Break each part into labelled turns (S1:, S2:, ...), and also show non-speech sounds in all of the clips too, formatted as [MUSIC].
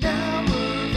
S1: Now we're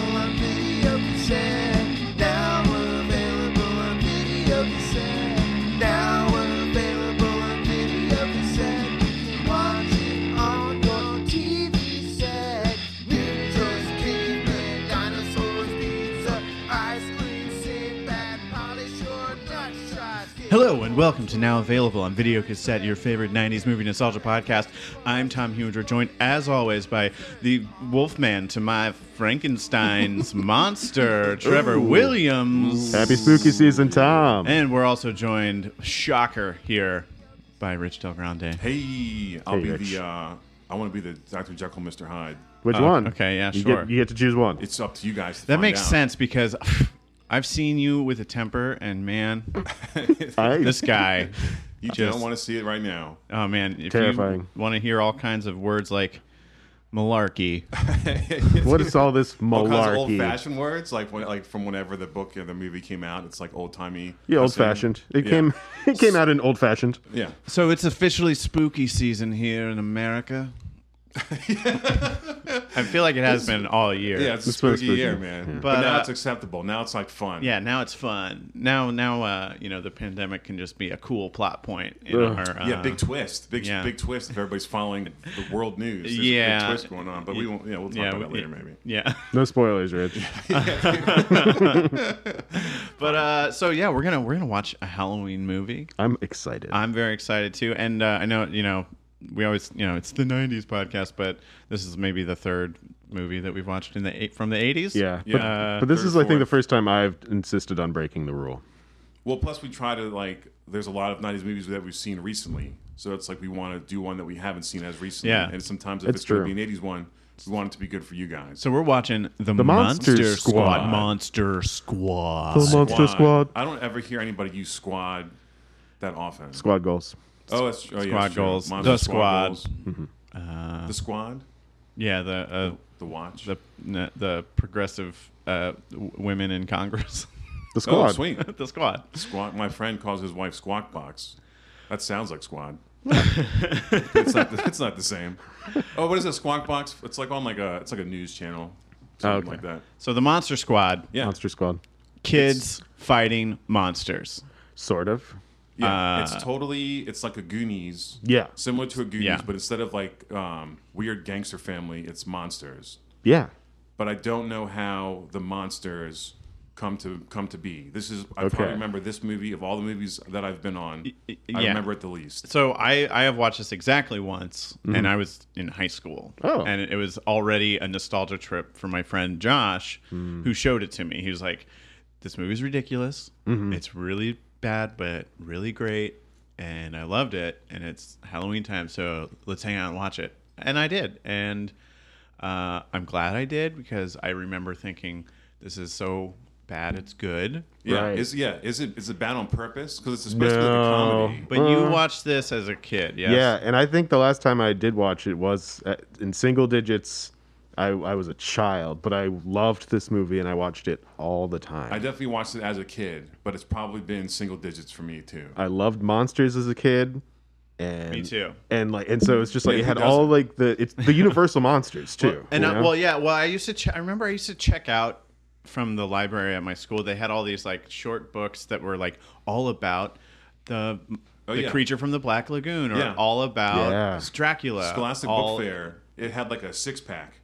S1: available on video cassette. Now we're available on video cassette. Now we're available on video cassette. You can watch it on your TV set. Ninjas, cavemen, dinosaurs, pizza, ice cream, sit back, polish your nut shots.
S2: Hello and welcome to now available on video cassette, your favorite '90s movie nostalgia podcast. I'm Tom Hewinger, joined as always by the Wolfman to my Frankenstein's monster, Trevor Williams,
S3: Happy spooky season, Tom.
S2: and we're also joined, shocker here, by Rich Del Grande.
S4: Hey, I'll
S3: Hey,
S4: be
S3: Rich.
S4: the. Uh, I want to be the Dr. Jekyll, Mr. Hyde.
S3: Which
S2: Oh,
S3: one?
S2: okay, yeah,
S3: you
S2: sure.
S3: Get, you get to choose one.
S4: It's up to you guys. To
S2: That
S4: find
S2: makes
S4: out.
S2: sense because [SIGHS] I've seen you with a temper, and man,
S3: I-
S2: this guy.
S4: You
S2: Just-
S4: don't want to see it right now. [LAUGHS]
S2: Oh man, if
S3: Terrifying.
S2: you want to hear all kinds of words like malarkey,
S3: what is all this
S4: All kinds
S3: malarkey?
S4: of old-fashioned words, like when, like from whenever the book or the movie came out. It's like old-timey.
S3: Yeah,
S4: cussing.
S3: old fashioned. It
S4: Yeah.
S3: came. [LAUGHS] It came out in old fashioned.
S4: Yeah.
S2: So it's officially spooky season here in America. [LAUGHS] I feel like it has been all year.
S4: Yeah, it's a
S3: It's been
S4: spooky,
S3: a spooky
S4: year,
S3: year.
S4: man. But,
S2: But,
S4: now
S2: uh,
S4: it's acceptable. Now it's like fun.
S2: Yeah, now it's fun. Now, now, uh, you know, the pandemic can just be a cool plot point in
S3: Ugh.
S2: our. Uh,
S4: Yeah, big twist, big
S2: yeah.
S4: big twist. If everybody's following the world news, there's
S2: Yeah.
S4: a big twist going on. But we won't. Yeah, we'll talk about that
S2: we-
S4: later, maybe.
S2: [LAUGHS] Yeah,
S3: No spoilers, Rich.
S2: but uh, so yeah, we're gonna we're gonna watch a Halloween movie.
S3: I'm excited.
S2: I'm very excited too, and uh, I know you know we always you know it's the '90s podcast, but this is maybe the third movie that we've watched in the eight from the Uh, '80s.
S3: yeah, but,
S2: yeah.
S3: but this
S4: third,
S3: is, I think, the
S4: fourth.
S3: first time I've insisted on breaking the rule.
S4: Well, plus we try to like. There's a lot of '90s movies that we've seen recently, so it's like we want to do one that we haven't seen as recently.
S2: Yeah.
S4: and sometimes if
S3: It's
S4: it's, going
S3: true.
S4: to be an '80s one, we want it to be good for you guys.
S2: So we're watching the,
S3: Monster Squad.
S2: Monster Squad.
S3: The Monster Squad.
S4: I don't ever hear anybody use squad that often.
S3: Squad goals.
S4: Oh, that's oh, yeah,
S2: Squad
S4: that's true.
S2: goals.
S4: Monster
S2: The squad.
S4: goals. the squad.
S2: yeah, the uh,
S4: The watch.
S2: the n- the progressive uh, w- women in Congress. [LAUGHS]
S3: The
S4: oh,
S3: squad.
S4: sweet.
S2: the squad.
S4: Squawk. My friend calls his wife Squawk Box. That sounds
S2: [LAUGHS]
S4: like squad. it's not. The, it's not the same. Oh, what is a Squawk Box? It's like on like a. It's like a news channel.
S2: Oh,
S4: Something
S3: okay.
S4: like that.
S2: So the Monster Squad,
S4: Yeah.
S3: Monster squad.
S2: kids fighting monsters.
S3: Sort of.
S4: Yeah.
S2: Uh,
S4: it's totally. It's like a Goonies.
S3: Yeah.
S4: Similar to a Goonies,
S2: Yeah.
S4: but instead of like um, weird gangster family, it's monsters.
S3: Yeah.
S4: But I don't know how the monsters come to come to be. This is. I
S3: Okay.
S4: probably remember this movie of all the movies that I've been on.
S2: y-
S4: I
S2: yeah.
S4: remember it the least.
S2: So I I have watched this exactly once, and I was in high school.
S3: Mm-hmm. Oh.
S2: and it was already a nostalgia trip for my friend Josh,
S3: Mm.
S2: who showed it to me. He was like, "This movie's ridiculous.
S3: Mm-hmm.
S2: It's really bad, but really great." And I loved it, and it's Halloween time, so let's hang out and watch it. And I did, and uh, I'm glad I did because I remember thinking, "This is so bad, it's good."
S4: Yeah,
S3: Right.
S4: is yeah is it is it bad on purpose? Because it's supposed to be like a
S3: No.
S4: comedy.
S2: But you watched this as a kid, yes?
S3: Uh. Yeah, and I think the last time I did watch it was at, in single digits. I, I was a child, but I loved this movie and I watched it all the time.
S4: I definitely watched it as a kid, but it's probably been single digits for me too.
S3: I loved monsters as a kid. And,
S2: Me too.
S3: And like, and so it's just like
S4: Yeah,
S3: it
S4: who
S3: had all
S4: doesn't?
S3: like the it's the universal monsters too.
S2: And
S3: you
S2: I,
S3: know?
S2: well, yeah. Well, I used to. Che- I remember I used to check out from the library at my school. They had all these like short books that were like all about the
S4: Oh,
S2: the
S4: yeah.
S2: creature from the Black Lagoon, or
S4: Yeah.
S2: all about
S3: Yeah.
S2: Dracula.
S4: Scholastic
S2: Uh, all-
S4: Book Fair, it had like a six pack,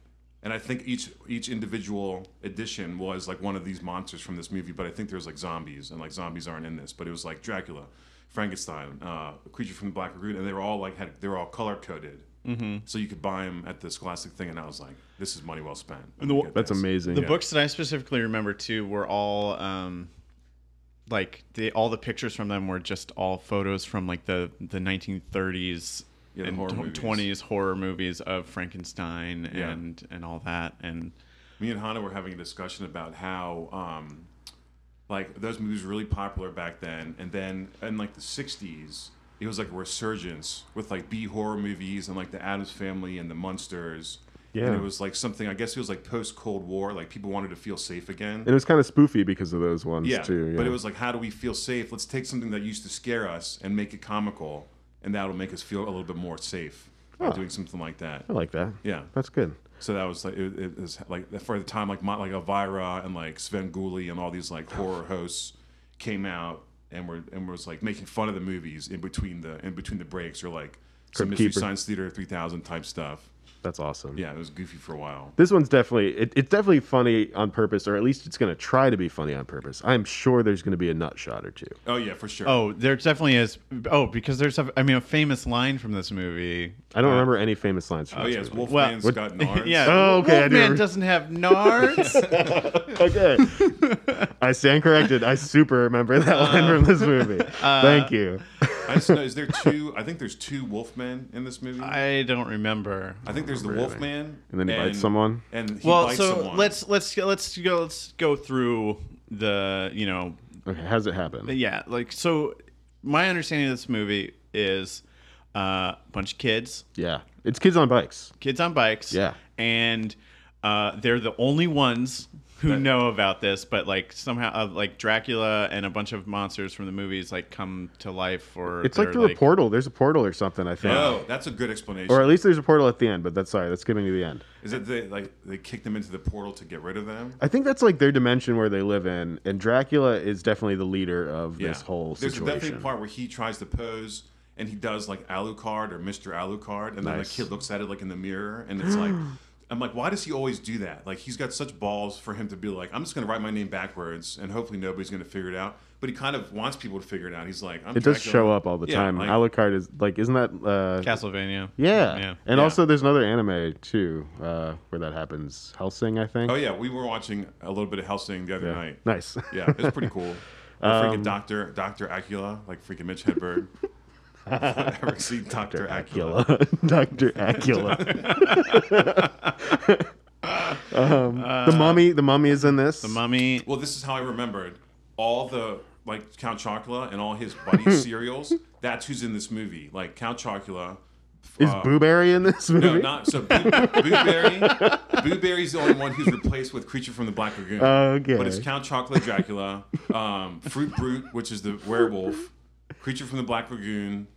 S4: and I think each each individual edition was like one of these monsters from this movie. But I think there's like zombies, and like zombies aren't in this. But it was like Dracula, Frankenstein, uh, a creature from the Black Lagoon, and they were all like had they were all color coded, mm-hmm. so you could buy them at the Scholastic thing. And I was like, this is money well spent. I'm gonna get
S3: that's
S4: this.
S3: amazing.
S2: The books that I specifically remember too were all um, like the all the pictures from them were just all photos from like the the 1930s
S4: Yeah, the
S2: and
S4: horror
S2: tw- 20s
S4: movies.
S2: horror movies of Frankenstein
S4: Yeah.
S2: and and all that and
S4: me and Hannah were having a discussion about how um, Like those movies were really popular back then, and then in like the '60s, it was like a resurgence with like B horror movies and like the Adams Family and the Munsters.
S3: Yeah.
S4: and it was like something. I guess it was like post Cold War. Like people wanted to feel safe again.
S3: And it was kind of spoofy because of those ones
S4: Yeah,
S3: too.
S4: but it was like, how do we feel safe? Let's take something that used to scare us and make it comical, and that'll make us feel a little bit more safe by doing something like that.
S3: I like that.
S4: Yeah.
S3: that's good.
S4: So that was like, it, it was like for the time, like Mo- like Elvira and like Sven Gulli and all these like horror hosts came out and were and was like making fun of the movies in between the in between the breaks or like some
S3: Crypt
S4: Mystery
S3: Keeper.
S4: Science Theater three thousand type stuff.
S3: That's awesome.
S4: Yeah, it was goofy for a while.
S3: This one's definitely it, it's definitely funny on purpose, or at least it's going to try to be funny on purpose. I'm sure there's going to be a nut shot or two.
S4: Oh yeah, for sure.
S2: Oh, there definitely is. Oh, because there's a, I mean, a famous line from this movie.
S3: I don't remember any famous lines from
S4: Uh, oh
S3: this
S4: yeah, it's
S3: movie.
S4: Wolfman
S2: Well,
S3: [LAUGHS]
S4: Scott Nards.
S2: Yeah.
S3: Oh, okay, I
S2: Man
S3: do remember.
S2: doesn't have
S3: [LAUGHS]
S2: nards.
S3: Okay,
S4: [LAUGHS]
S3: I stand corrected. I super remember that line from this movie.
S4: Uh,
S3: Thank you.
S4: I just know, is there two? I think there's two Wolfmen in this movie. I,
S2: I don't remember.
S4: think there's the Wolfman,
S3: And then he bites someone?
S4: And he
S2: well,
S4: bites
S2: so
S4: someone.
S2: let's let's let's go let's go through the you know
S3: Okay, how's it happen?
S2: But yeah, like so my understanding of this movie is uh, a bunch of kids,
S3: Yeah, it's kids on bikes.
S2: kids on bikes.
S3: Yeah.
S2: And uh, they're the only ones who know about this, but like somehow uh, like Dracula and a bunch of monsters from the movies like come to life or
S3: It's like
S2: they're,
S3: through a portal. There's a portal or something. I think.
S4: Oh, that's a good explanation.
S3: Or at least there's a portal at the end, but that's sorry, that's skipping to the end.
S4: is it they like they kick them into the portal to get rid of them?
S3: I think that's like their dimension where they live in, and Dracula is definitely the leader of this whole
S4: There's
S3: situation.
S4: definitely a part where he tries to pose and he does like Alucard or Mr. Alucard, and then the
S3: Nice.
S4: kid looks at it like in the mirror, and it's like. I'm like, why does he always do that? Like, he's got such balls for him to be like, I'm just gonna write my name backwards, and hopefully nobody's gonna figure it out. But he kind of wants people to figure it out. He's like, I'm
S3: it does
S4: Dracula.
S3: show up all the
S4: Yeah,
S3: time.
S4: like-
S3: Alucard is like, isn't that? Uh,
S2: Castlevania.
S3: yeah.
S2: Yeah.
S3: and
S4: Yeah.
S3: also there's another anime too uh, where that happens. Helsing, I think.
S4: Oh yeah, we were watching a little bit of Hellsing the other night.
S3: Nice. [LAUGHS] Um,
S4: Yeah, it was pretty cool. The freaking Doctor Doctor Acula, like freaking Mitch
S3: [LAUGHS]
S4: Hedberg. I've never seen Doctor Acula.
S3: Acula, [LAUGHS] Doctor Acula.
S4: [LAUGHS]
S3: [LAUGHS] um,
S4: Uh,
S3: the mummy, the mummy is in this.
S2: The mummy.
S4: Well, this is how I remembered all the like Count Chocula and all his
S3: [LAUGHS]
S4: buddy cereals. That's who's in this movie. Like Count Chocula.
S3: is
S4: uh,
S3: Booberry in this movie?
S4: No, not so. Boo, Boo Berry. [LAUGHS] Boo Berry's the only one who's replaced with Creature from the Black Lagoon.
S3: Okay.
S4: But it's Count Chocolate Dracula, um, Fruit Brute, which is the werewolf, Creature from the Black Lagoon,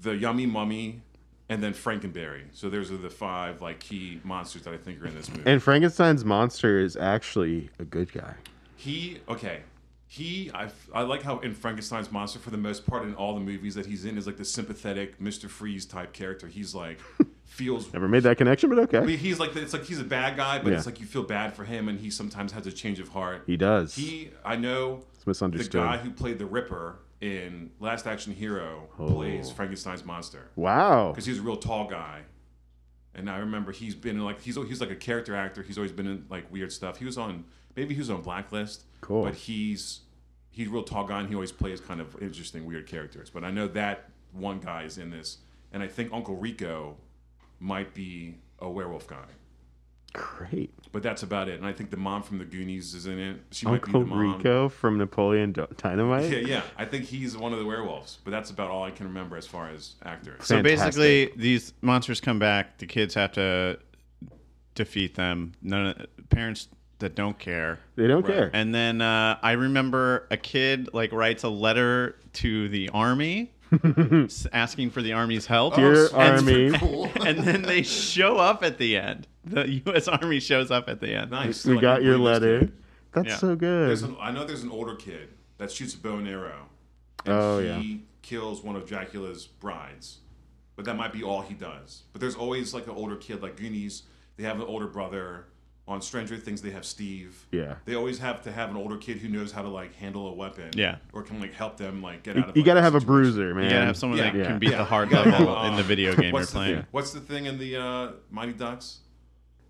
S4: the Yummy Mummy, and then Frankenberry. So those are the five like key monsters that I think are in this movie.
S3: And Frankenstein's monster is actually a good guy.
S4: He okay. He I, I like how in Frankenstein's monster for the most part in all the movies that he's in is like the sympathetic Mr. Freeze type character.
S3: [LAUGHS]
S4: He's like feels
S3: Never made that connection, but okay.
S4: I mean, he's like it's like he's a bad guy, but
S3: Yeah.
S4: it's like you feel bad for him and he sometimes has a change of heart.
S3: He does.
S4: He I know
S3: It's misunderstood.
S4: the guy who played the Ripper in Last Action Hero
S3: Oh.
S4: plays Frankenstein's monster
S3: wow.
S4: because he's a real tall guy. And I remember he's been in like he's he's like a character actor. He's always been in like weird stuff. He was on maybe he was on Blacklist.
S3: Cool.
S4: But he's he's a real tall guy and he always plays kind of interesting weird characters. But I know that one guy is in this, and I think Uncle Rico might be a werewolf guy.
S3: Great.
S4: But that's about it. And I think the mom from the Goonies is in it. She
S3: Uncle
S4: might be the mom.
S3: Rico from Napoleon D- Dynamite.
S4: Yeah, yeah. I think he's one of the werewolves. But that's about all I can remember as far as actors.
S2: So
S3: Fantastic.
S2: basically, these monsters come back. The kids have to defeat them. None of, parents that don't care.
S3: They don't
S4: Right.
S3: care.
S2: And then uh, I remember a kid like writes a letter to the
S3: [LAUGHS]
S2: army, s- asking for the army's help.
S3: Dear
S2: and,
S3: Army,
S2: and then they show up at the end. The U.S. Army shows up at the end.
S4: Nice.
S3: we
S4: Like,
S3: got your
S4: believe this
S3: letter.
S4: kid.
S3: That's
S2: Yeah.
S3: so
S4: There's
S3: good.
S4: an, I know there's an older kid that shoots a bow and arrow. And
S3: Oh,
S4: he
S3: yeah.
S4: kills one of Dracula's brides. But that might be all he does. But there's always like an older kid, like Goonies, they have an older brother. On Stranger Things, they have Steve.
S3: Yeah.
S4: They always have to have an older kid who knows how to like handle a weapon.
S2: Yeah.
S4: Or can like help them like get
S3: You,
S4: out of
S3: you
S4: like,
S3: gotta have a
S4: situation.
S3: bruiser, man.
S2: You gotta have someone that
S4: Yeah.
S2: can beat
S4: Yeah.
S2: the hard
S4: You gotta have,
S2: level
S4: [LAUGHS] um,
S2: in the video game you're
S4: What's the,
S2: playing.
S4: thing? What's the thing in the uh, Mighty Ducks?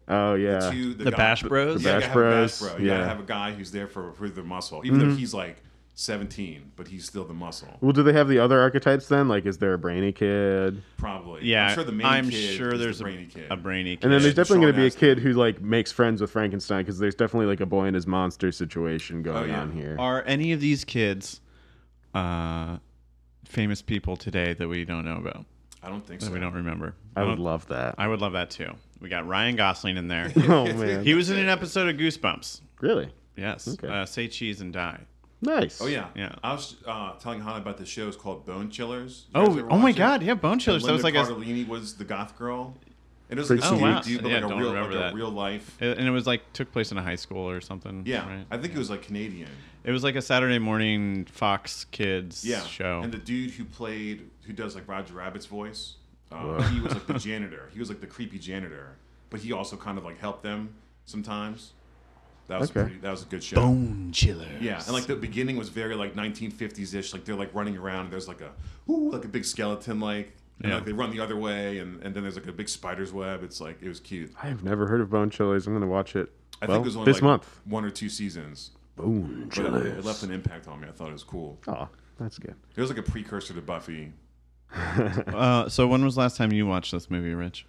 S3: Oh yeah.
S4: to
S2: The Bash Bros?
S4: Yeah, you
S3: Bash
S4: gotta have a
S3: Bros,
S4: Bash Bro. You
S3: yeah. Mm-hmm.
S4: gotta have a guy who's there for for the muscle, even though he's like seventeen, but he's still the muscle.
S3: Well, do they have the other archetypes then? Like, is there a brainy kid?
S4: Probably.
S2: Yeah,
S4: I'm sure the main kid is the
S2: there's a
S4: brainy kid.
S2: a brainy kid.
S3: And then there's
S4: Yeah,
S3: definitely going to be a
S4: Sean
S3: kid who like makes friends with Frankenstein because there's definitely like a boy and his monster situation going
S4: Oh, yeah.
S3: on here.
S2: Are any of these kids uh, famous people today that we don't know about?
S4: I don't think
S2: That
S4: so.
S2: we don't remember.
S3: I would
S4: uh,
S2: don't-
S3: love that.
S2: I would love that too. We got Ryan Gosling in
S4: [LAUGHS]
S2: there.
S3: oh man,
S2: he was in an episode of Goosebumps.
S3: really
S2: Yes.
S3: Okay.
S2: Uh, say cheese and die.
S3: nice.
S4: Oh yeah,
S2: Yeah.
S4: I was uh, telling Hannah about this show. It's called Bone Chillers. You guys
S2: Oh,
S4: ever
S2: oh my
S4: watch it?
S2: God! Yeah, Bone Chillers. That
S4: Linda
S2: was like a,
S4: Cardellini was the goth girl. And it was like a
S3: Pretty
S4: oh,
S2: wow.
S4: dude, but
S2: Yeah,
S4: like a
S2: don't
S4: real,
S2: remember
S4: like a
S2: that.
S4: real life.
S2: and it was like took place in a high school or something.
S4: Yeah,
S2: right?
S4: I think it was like Canadian.
S2: It was like a Saturday morning Fox Kids
S4: Yeah,
S2: show.
S4: And the dude who played, who does like Roger Rabbit's voice, um, he was
S3: [LAUGHS]
S4: like the janitor. He was like the creepy janitor, but he also kind of like helped them sometimes. That was
S3: Okay.
S4: pretty, that was a good show.
S2: Bone Chiller.
S4: Yeah, and like the beginning was very like 1950s ish. Like they're like running around. And there's like a ooh, like a big skeleton like. And
S2: Yeah.
S4: like they run the other way, and, and then there's like a big spider's web. It's like it was cute.
S3: I have never heard of Bone Chillers. I'm going to watch it.
S4: I
S3: well,
S4: think it was only
S3: this
S4: like
S3: month.
S4: one or two seasons,
S3: Bone
S4: but it, it
S3: Chillers.
S4: left an impact on me. I thought it was cool.
S3: Oh, that's good.
S4: It was like a precursor to Buffy. [LAUGHS]
S2: Uh, so when was the last time you watched this movie, Rich?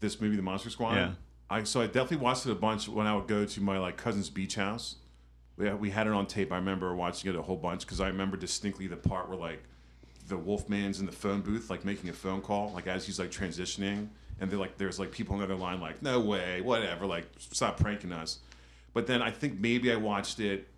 S4: This movie, The Monster Squad.
S2: Yeah.
S4: I so I definitely watched it a bunch when I would go to my like cousin's beach house. We we had it on tape. I remember watching it a whole bunch because I remember distinctly the part where like the Wolfman's in the phone booth, like making a phone call, like as he's like transitioning, and they're like, there's like people on the other line, like, no way, whatever, like, stop pranking us. But then I think maybe I watched it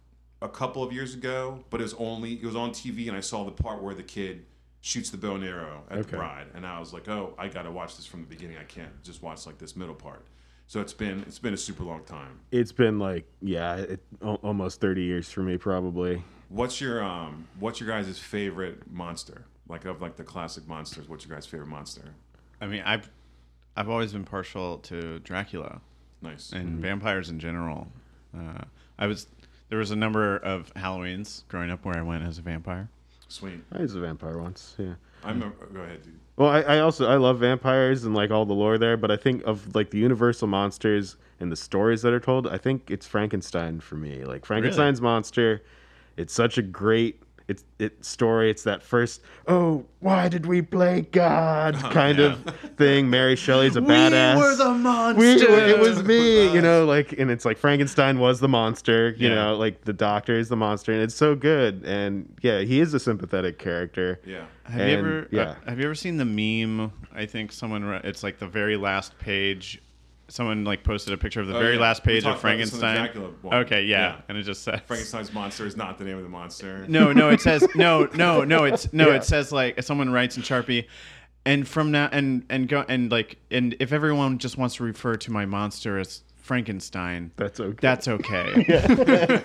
S4: a couple of years ago, but it was only it was on TV, and I saw the part where the kid shoots the bow and arrow at the bride, and I was like, oh, I gotta watch this from the beginning. I can't just watch like this middle part. So it's been it's been a super long time.
S3: It's been like yeah, it, al- almost 30 years for me probably.
S4: What's your um what's your guys' favorite monster? Like of like the classic monsters, what's your guys' favorite monster?
S2: I mean, I've I've always been partial to Dracula
S4: Nice.
S2: and vampires in general. Uh, I was there was a number of Halloweens growing up where I went as a vampire.
S4: Sweet.
S3: I was a vampire once. Yeah.
S4: I'm a, go ahead, dude.
S3: Well, I, I also I love vampires and like all the lore there, but I think of like the universal monsters and the stories that are told. I think it's Frankenstein for me. Like Frankenstein's monster, it's such a great it's it story. It's that first oh why did we play God
S2: Oh, [LAUGHS]
S3: kind of thing. Mary Shelley's a badass.
S2: monster.
S3: We- it was me, you know, like, and it's like Frankenstein was the monster, you
S2: Yeah.
S3: know, like the doctor is the monster, and it's so good. And yeah, he is a sympathetic character.
S4: Yeah.
S2: Have
S3: And,
S2: you ever
S3: yeah.
S2: uh, have you ever seen the meme? I think someone wrote- it's like the very last page. Someone like posted a picture of the
S4: Oh,
S2: very
S4: yeah.
S2: last
S4: We
S2: page of
S4: talked about this on the
S2: Frankenstein.
S4: Dracula one.
S2: Okay, yeah.
S4: Yeah.
S2: and it just says
S4: Frankenstein's monster is not the name of the monster.
S2: No, no, it
S3: [LAUGHS]
S2: says no, no, no. It's no, it says like someone writes in Sharpie, and from now and and go and like and if everyone just wants to refer to my monster as Frankenstein,
S3: That's okay.
S2: that's
S3: [LAUGHS]
S2: okay.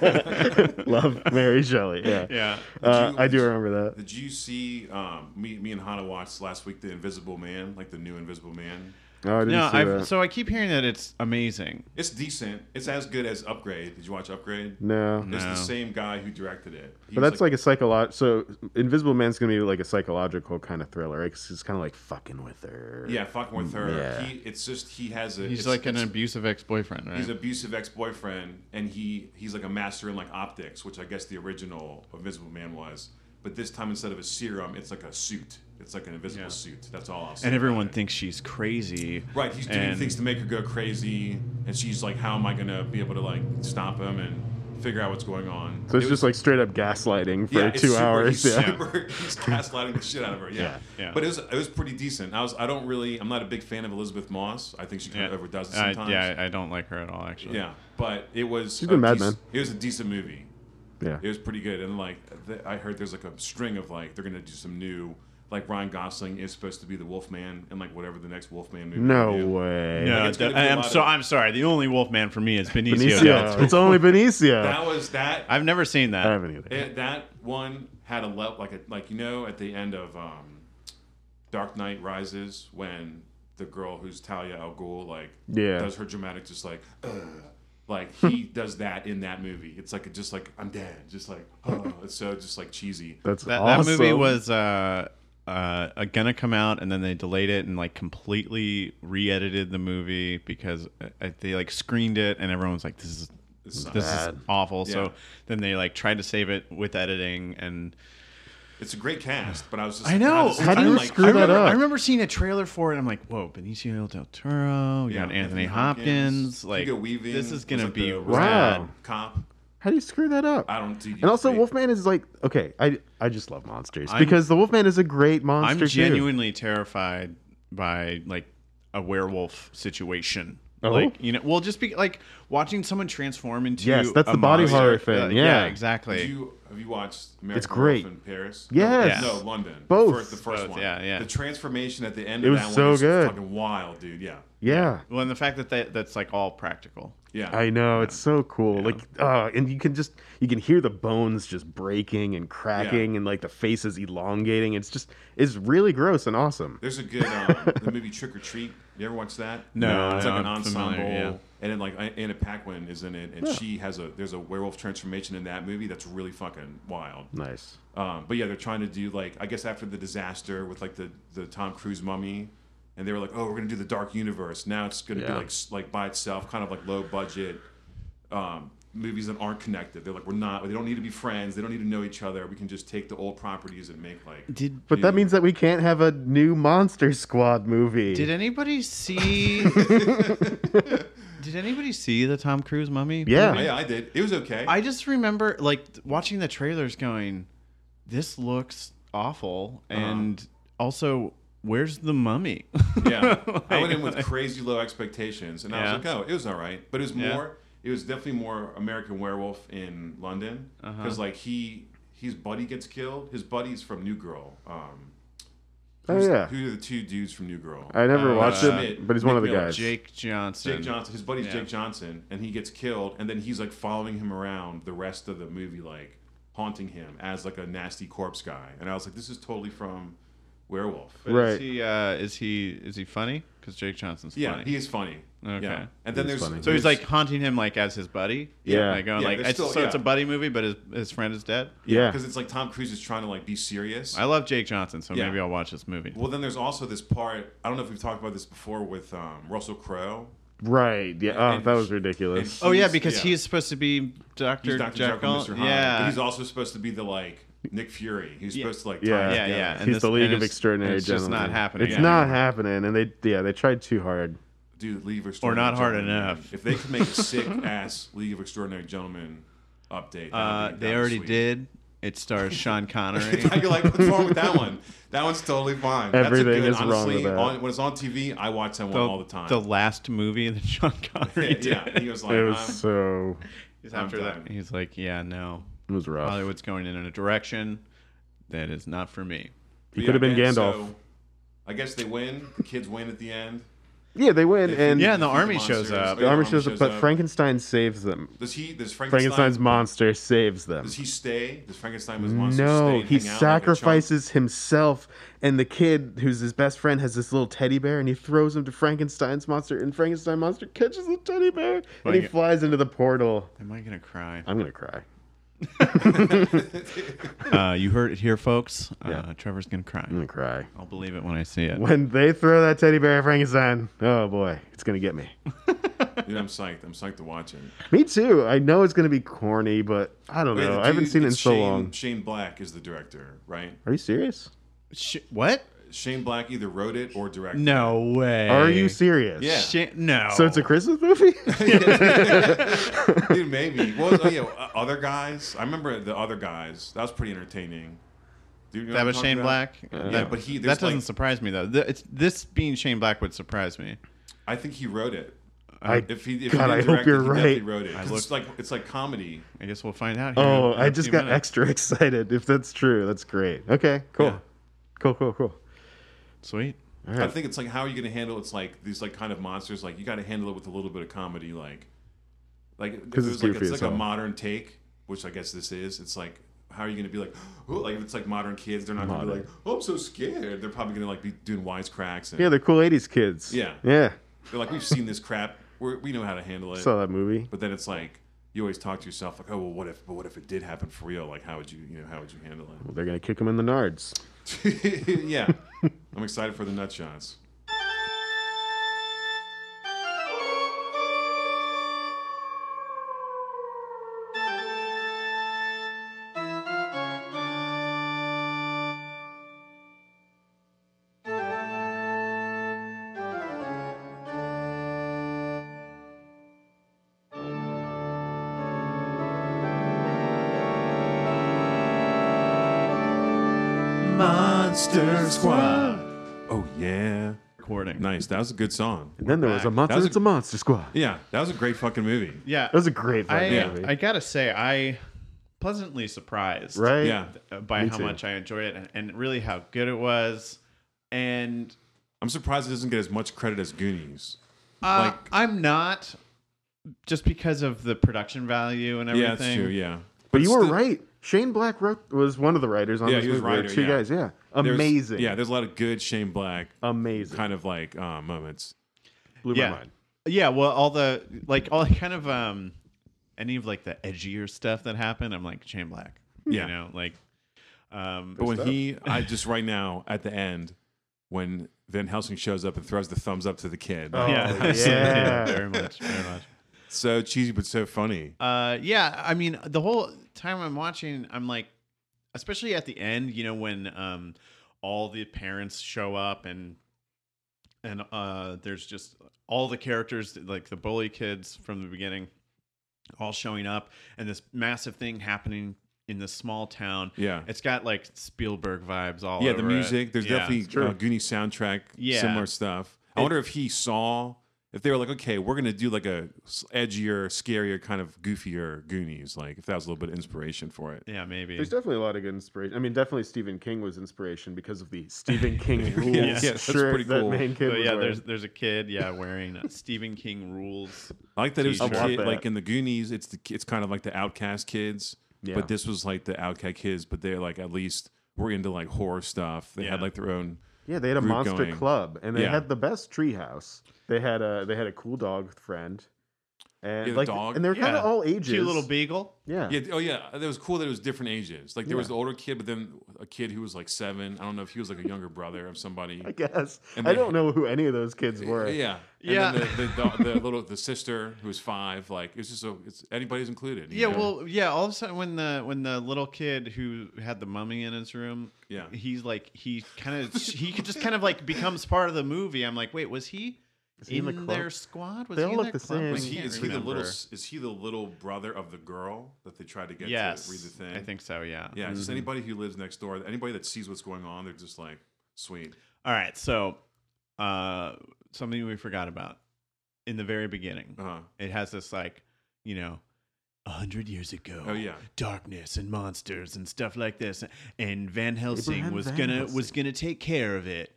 S3: Love Mary Shelley. Yeah.
S2: yeah.
S3: Uh,
S4: Did you-
S3: I do remember that.
S4: Did you see um, me? Me and Hannah watched last week the Invisible Man, like the new Invisible Man.
S3: Oh, I didn't
S2: No,
S3: see
S2: I've,
S3: that.
S2: so I keep hearing that it's amazing.
S4: It's decent. It's as good as Upgrade. Did you watch Upgrade?
S3: no.
S4: It's
S2: No.
S4: the same guy who directed it. He
S3: But
S4: was
S3: that's like, a psychological. So Invisible Man's gonna be like a psychological kind of thriller, right? 'Cause it's kind of like fucking with her.
S4: yeah, fucking with her.
S3: Yeah.
S4: He, it's just he has a.
S2: He's
S4: it's-
S2: like an
S4: it's-
S2: abusive ex-boyfriend, right?
S4: He's an abusive ex-boyfriend, and he he's like a master in like optics, which I guess the original Invisible Man was. But this time, instead of a serum, it's like a suit. It's like an invisible
S2: Yeah.
S4: suit. That's all I'll say.
S2: and
S4: about
S2: everyone
S4: it.
S2: thinks she's crazy.
S4: right. He's doing
S2: and-
S4: things to make her go crazy, and she's like, "How am I gonna be able to like stop him and figure out what's going on?"
S3: So it's
S4: It was-
S3: just like straight up gaslighting for
S4: it's
S3: two
S4: super-
S3: hours.
S4: He's,
S3: yeah.
S4: [LAUGHS] super, he's gaslighting the shit out of her. Yeah.
S2: Yeah, yeah.
S4: But it was it was pretty decent. I was I don't really I'm not a big fan of Elizabeth Moss. I think she kind
S2: Yeah.
S4: of overdoes it
S2: I-
S4: sometimes.
S2: yeah, I don't like her at all, actually.
S4: Yeah. But it was
S3: She's been
S4: a
S3: Mad
S4: dec-
S3: Men.
S4: It was a decent movie.
S3: Yeah.
S4: It was pretty good. And like th- I heard there's like a string of like they're gonna do some new like Ryan Gosling is supposed to be the Wolfman and like whatever the next Wolfman movie.
S3: No
S4: they do.
S3: way.
S2: No,
S4: Like, it's gonna
S2: that-
S4: be a
S2: I'm
S4: lot
S2: so
S4: of-
S2: I'm sorry. The only Wolfman for me is Benicio.
S3: Benicio.
S2: del Toro.
S3: It's only Benicio.
S4: That was that.
S2: I've never seen that.
S3: I haven't either.
S4: it, Eh, that one had a le- like a like you know at the end of um, Dark Knight Rises when the girl who's Talia al Ghul like
S3: Yeah.
S4: does her dramatic
S3: [LAUGHS]
S4: just like Ugh. like he does that in that movie. It's like just like I'm dead, just like oh, it's so just like cheesy.
S3: That's
S2: That,
S3: awesome.
S2: that movie was uh, uh, gonna come out, and then they delayed it and like completely re-edited the movie because uh, they like screened it, and everyone was like, "This is
S4: This sucks.
S2: This
S3: Bad.
S2: is awful.
S4: Yeah.
S2: So then they like tried to save it with editing and
S4: It's a great cast, but I was just
S2: I know.
S4: just-
S3: How do
S4: I'm
S3: you
S4: like-
S3: screw
S2: I
S3: that
S2: remember,
S3: up?
S2: I remember seeing a trailer for it. I'm like, whoa, Benicio del Toro. You
S4: Yeah,
S2: got Anthony Hopkins. Like,
S4: Hugo Weaving
S2: this is
S4: was,
S2: gonna
S4: like,
S2: be
S4: the
S2: rad.
S4: original Cop.
S3: How do you screw that up?
S4: I don't think you
S3: And also,
S4: wait.
S3: Wolfman is like okay. I I just love monsters
S2: I'm-
S3: because the Wolfman is a great monster.
S2: I'm
S3: too.
S2: genuinely terrified by like a werewolf situation.
S3: Oh?
S2: Like you know, well, just be like watching someone transform into
S3: Yes, that's
S2: a
S3: the body
S2: monster.
S3: horror thing,
S2: Uh,
S3: yeah.
S2: exactly.
S4: Did you have you watched American
S3: It's great.
S4: Wolf in Paris?
S3: Yes.
S4: No, no, London.
S3: Both.
S4: The first, the first
S2: Both,
S4: one.
S2: yeah, yeah.
S4: The transformation at the end
S3: It
S4: of
S3: was
S4: that
S3: so
S4: one is
S3: good.
S4: fucking wild, dude. Yeah.
S3: Yeah.
S2: well, and the fact that, that that's like all practical.
S4: Yeah.
S3: I know it's so cool. Like, uh, and you can just you can hear the bones just breaking and cracking, and like the faces elongating. It's just it's really gross and awesome.
S4: There's a good um, the movie Trick or Treat. You ever watch that?
S2: No,
S4: it's
S2: no,
S4: like an
S2: I'm
S4: ensemble.
S2: familiar, yeah.
S4: And then like Anna Paquin is in it, and she has a there's a werewolf transformation in that movie that's really fucking wild.
S3: Nice.
S4: Um, but yeah, they're trying to do like I guess after the disaster with like the the Tom Cruise mummy, and they were like, oh, we're gonna do the Dark Universe. Now it's gonna be
S3: Yeah.
S4: like s- like by itself, kind of like low budget um, movies that aren't connected. They're like, we're not. They don't need to be friends. They don't need to know each other. We can just take the old properties and make like.
S2: Did
S3: But that
S4: Yeah.
S3: means that we can't have a new Monster Squad movie.
S2: did anybody
S3: [LAUGHS]
S2: see? did anybody see the Tom Cruise mummy?
S3: Yeah.
S4: yeah, I did. It was okay.
S2: I just remember like watching the trailers going, this looks awful. And also, where's the mummy? [LAUGHS]
S3: [LAUGHS]
S4: Yeah, I went in with crazy low expectations, and I was
S2: Yeah.
S4: like, "Oh, it was all right," but it was
S2: Yeah.
S4: more. It was definitely more American Werewolf in London
S2: Uh-huh.
S4: because, like, he his buddy gets killed. His buddy's from New Girl. Um,
S3: Oh
S4: who's-
S3: yeah.
S4: who are the two dudes from New Girl?
S3: I never
S2: Uh,
S3: watched
S4: Schmidt,
S3: it, but he's one of the
S4: Nick Miller,
S3: guys.
S2: Jake Johnson.
S4: Jake Johnson. His buddy's
S2: Yeah.
S4: Jake Johnson, and he gets killed, and then he's like following him around the rest of the movie, like haunting him as like a nasty corpse guy. And I was like, "This is totally from Werewolf."
S2: But
S3: Right.
S2: Is he, uh, is he is he funny? Because Jake Johnson's
S4: yeah,
S2: funny.
S4: he is funny.
S2: Okay.
S4: Yeah. And then
S3: He is
S4: there's
S3: funny.
S2: so he's
S4: there's-
S2: like haunting him like as his buddy.
S3: Yeah.
S2: Like going
S4: Yeah,
S2: like
S4: they're
S2: it's,
S4: still-
S2: so it's a
S4: yeah.
S2: buddy movie, but his his friend is dead.
S3: Yeah.
S4: because it's like Tom Cruise is trying to like be serious.
S2: I love Jake Johnson, so
S4: Yeah.
S2: maybe I'll watch this movie.
S4: well, then there's also this part. I don't know if we've talked about this before with um, Russell Crowe.
S3: Right. Yeah. Oh,
S4: And-
S3: that was ridiculous.
S4: and
S2: oh yeah,
S4: he's-
S2: because
S4: yeah.
S2: he's supposed to be
S4: He's
S2: Doctor
S4: Dr.
S2: Jekyll.
S4: Jekyll, Mr. Hyde.
S2: Yeah.
S4: But he's also supposed to be the like Nick Fury. He's supposed to like tie
S3: Yeah.
S4: it
S2: yeah,
S4: together.
S2: yeah.
S3: He's the League
S2: and
S3: of
S2: it's-
S3: Extraordinary
S2: It's just not
S3: Gentlemen.
S2: happening.
S3: It's
S2: anymore.
S3: not happening, and they yeah they tried too hard.
S4: Do the League of
S2: Or
S4: Extraordinary
S2: not hard
S4: Gentlemen.
S2: enough.
S4: If they
S2: [LAUGHS]
S4: could make a sick ass League of Extraordinary Gentlemen update,
S2: Uh, they already did. It
S4: [LAUGHS]
S2: stars Sean Connery.
S4: You're like, what's wrong with that one? That one's totally fine.
S3: Everything
S4: That's a
S3: is
S4: good,
S3: wrong
S4: honestly,
S3: with that.
S4: On, when it's on TV, I watch that one all the time. [LAUGHS]
S2: The last movie that Sean Connery did.
S4: yeah, yeah. He was like,
S3: It was
S2: Uh-huh.
S4: I'm-
S3: so
S2: He's
S4: I'm
S2: after that.
S4: done.
S2: He's like, yeah, no,
S3: it was rough.
S2: Hollywood's going in a direction that is not for me.
S3: He
S4: Yeah,
S3: could have been
S4: and
S3: Gandalf.
S4: so, I guess they win. The kids win at the end.
S3: yeah, they win,
S4: If-
S3: and
S2: Yeah, and the
S4: Defeat
S2: army shows
S4: monsters.
S2: up.
S4: Oh,
S3: the
S4: yeah,
S3: army shows up, but Frankenstein saves them.
S4: Does he? Does Frankenstein?
S3: Frankenstein's monster saves them.
S4: Does he stay? Does Frankenstein with his monster stay
S3: No, he
S4: and hang out like a chump?
S3: sacrifices himself, and the kid who's his best friend has this little teddy bear, and he throws him to Frankenstein's monster, and Frankenstein monster catches the teddy bear, and he
S2: Like-
S3: flies into the portal.
S2: Am I gonna cry?
S3: I'm gonna cry.
S2: Uh, you heard it here, folks. Uh,
S3: Yeah.
S2: Trevor's gonna cry.
S3: I'm gonna cry
S2: I'll believe it when I see it.
S3: when they throw that teddy bear at Frankenstein. Oh boy, it's gonna get
S4: [LAUGHS]
S3: me.
S4: Dude, I'm psyched. I'm psyched to watch it.
S3: me too. I know it's gonna be corny, but I don't
S4: Wait,
S3: know.
S4: the
S3: I haven't
S4: dude-
S3: seen it in
S4: it's
S3: so
S4: Shane,
S3: long.
S4: Shane Black is the director, right?
S3: Are you serious?
S2: Sh- what?
S4: Shane Black either wrote it or directed. it.
S2: No way.
S3: Are you serious?
S4: Yeah.
S2: Sh- no.
S3: So it's a Christmas
S4: [LAUGHS]
S3: movie?
S2: [LAUGHS]
S4: dude, maybe. Well, oh, yeah, uh, other guys. I remember the other guys. That was pretty entertaining. Dude, you know what
S2: that
S4: I'm
S2: was
S4: talking
S2: Shane
S4: about?
S2: Black.
S4: Yeah,
S2: that,
S4: but he.
S2: that
S4: That
S2: doesn't
S4: doesn't.
S2: surprise me though. Th- it's, this being Shane Black would surprise me.
S4: I think he wrote it.
S3: I,
S4: If he, if
S3: God,
S4: he
S3: I
S4: didn't
S3: hope
S4: direct it,
S3: you're
S4: he
S3: right.
S4: definitely wrote it. 'Cause
S2: looked-
S4: It's like it's like comedy.
S2: I guess we'll find out. here
S3: Oh,
S2: in a
S3: I just
S2: few
S3: got
S2: minutes.
S3: extra [LAUGHS] excited. If that's true, that's great. Okay, cool.
S4: Yeah.
S3: Cool, cool, cool.
S2: Sweet.
S4: I think it's like how are you going to handle it's like these like kind of monsters like you got to handle it with a little bit of comedy like like if it
S3: 'Cause it's
S4: was, like
S3: goofy
S4: it's
S3: as
S4: like a
S3: hell.
S4: modern take which I guess this is it's like how are you going to be like [GASPS] oh, like if it's like modern kids they're not going to be
S3: Modern.
S4: like oh I'm so scared they're probably going to like be doing wisecracks and
S3: Yeah, they're cool 80s kids.
S4: Yeah.
S3: Yeah.
S4: they're like we've seen this crap We're, we know how to handle it
S3: Saw that movie.
S4: but then it's like you always talk to yourself like oh well what if but what if it did happen for real like how would you you know how would you handle
S3: Well, they're going to kick him in the nards.
S4: it [LAUGHS] yeah I'm excited for the nut shots Monster Squad. Oh yeah.
S2: recording.
S4: Nice. That was a good song.
S3: And then there was a
S2: Back.
S3: monster.
S4: That was a-
S3: It's a monster squad.
S4: Yeah, that was a great fucking movie.
S2: Yeah,
S3: That was a great fucking
S2: I,
S3: movie.
S2: I gotta say, I pleasantly surprised uh,
S3: right?
S4: Yeah.
S2: by
S3: Me
S2: how
S3: too.
S2: much I enjoyed it and, and really how good it was. And
S4: I'm surprised it doesn't get as much credit as Goonies.
S2: uh,
S4: Like-
S2: I'm not just because of the production value and everything.
S4: Yeah, that's true. Yeah.
S3: But you were
S4: still-
S3: right. Shane Black wrote was one of the writers on
S4: Yeah,
S3: this
S4: he was
S3: movie. There were
S4: writer,
S3: two
S4: yeah.
S3: guys, yeah.
S4: There's-
S3: Amazing.
S4: Yeah, there's a lot of good Shane Black
S3: amazing.
S4: kind of like uh, moments.
S3: Blew
S2: yeah.
S3: my mind.
S2: Yeah, well, all the like, all [LAUGHS] kind of um, any of like the edgier stuff that happened, I'm like Shane Black.
S4: Yeah. Oh,
S2: you know, like um,
S4: But when he, I just right now at the end, when Van Helsing shows up and throws the thumbs up to the kid.
S2: [LAUGHS]
S3: Oh.
S2: yeah,
S3: yeah.
S2: [LAUGHS] very much, very much.
S4: So cheesy, but so funny.
S2: Uh, yeah, I mean, the whole time I'm watching, I'm like, especially at the end, you know, when um, all the parents show up and and uh, there's just all the characters, like the bully kids from the beginning, all showing up, and this massive thing happening in this small town.
S4: Yeah.
S2: it's got like Spielberg vibes all.
S4: yeah,
S2: over
S4: the music.
S2: It.
S4: There's
S2: Yeah.
S4: definitely uh, Goonie soundtrack,
S2: Yeah.
S4: similar stuff. I wonder if he saw if they were like, okay, we're gonna do like a s- edgier, scarier, kind of goofier Goonies. Like if that was a little bit of inspiration for it.
S2: yeah, maybe.
S3: There's definitely a lot of good inspiration. I mean, definitely Stephen King was inspiration because of the Stephen King rules.
S4: [LAUGHS] Yeah, that's
S3: shirt
S4: pretty cool.
S3: That main kid
S2: But
S3: was
S2: yeah,
S3: wearing.
S2: there's there's a kid, yeah, wearing a Stephen King
S3: [LAUGHS]
S2: rules.
S4: I like that it was the
S3: I want
S4: kid,
S3: that.
S4: like in the Goonies, it's the it's kind of like the outcast kids,
S3: Yeah.
S4: but this was like the outcast kids, but they're like at least were into like horror stuff. They had
S2: Yeah.
S4: like their own.
S3: yeah, they had a
S4: group
S3: monster
S4: going.
S3: club, and they
S4: Yeah.
S3: had the best treehouse. They had a they had a cool dog friend, and
S4: Yeah, the
S3: like
S4: dog.
S3: and they're kind
S2: Yeah.
S3: of all ages.
S2: Cute little beagle.
S3: Yeah.
S4: Yeah. Oh yeah. That was cool. That it was different ages. Like there was the older kid, but then a kid who was like seven. I don't know if he was like a younger brother of somebody.
S3: I guess
S4: And
S3: I
S4: they-
S3: don't know who any of those kids were.
S4: Yeah. And
S2: Yeah.
S4: Then the, the, the, the little the sister who was five. Like it's just so it's anybody's included. you
S2: Yeah,
S4: know?
S2: well, yeah. All of a sudden, when the when the little kid who had the mummy in his room,
S4: Yeah.
S2: he's like he kind of he could just kind of like becomes part of the movie. I'm like, wait, was he,
S3: he in
S2: in,
S3: the club?
S2: their squad? Was
S3: They
S2: he
S3: all
S2: in
S3: look
S2: that
S3: the
S2: club?
S3: same.
S2: I
S4: Is he
S2: can't
S4: is he the little
S2: remember.
S4: s- is he the little brother of the girl that they tried to get
S2: Yes,
S4: to read the thing?
S2: I think so. Yeah.
S4: Yeah, just
S3: Mm-hmm.
S4: anybody who lives next door, anybody that sees what's going on, they're just like, sweet.
S2: All right. So, uh, something we forgot about in the very beginning.
S4: Uh-huh.
S2: It has this like, you know, a hundred years ago.
S4: Oh, yeah.
S2: darkness and monsters and stuff like this. And Van Helsing
S3: Abraham
S2: was
S3: Van
S2: gonna
S3: Helsing.
S2: was gonna take care of it.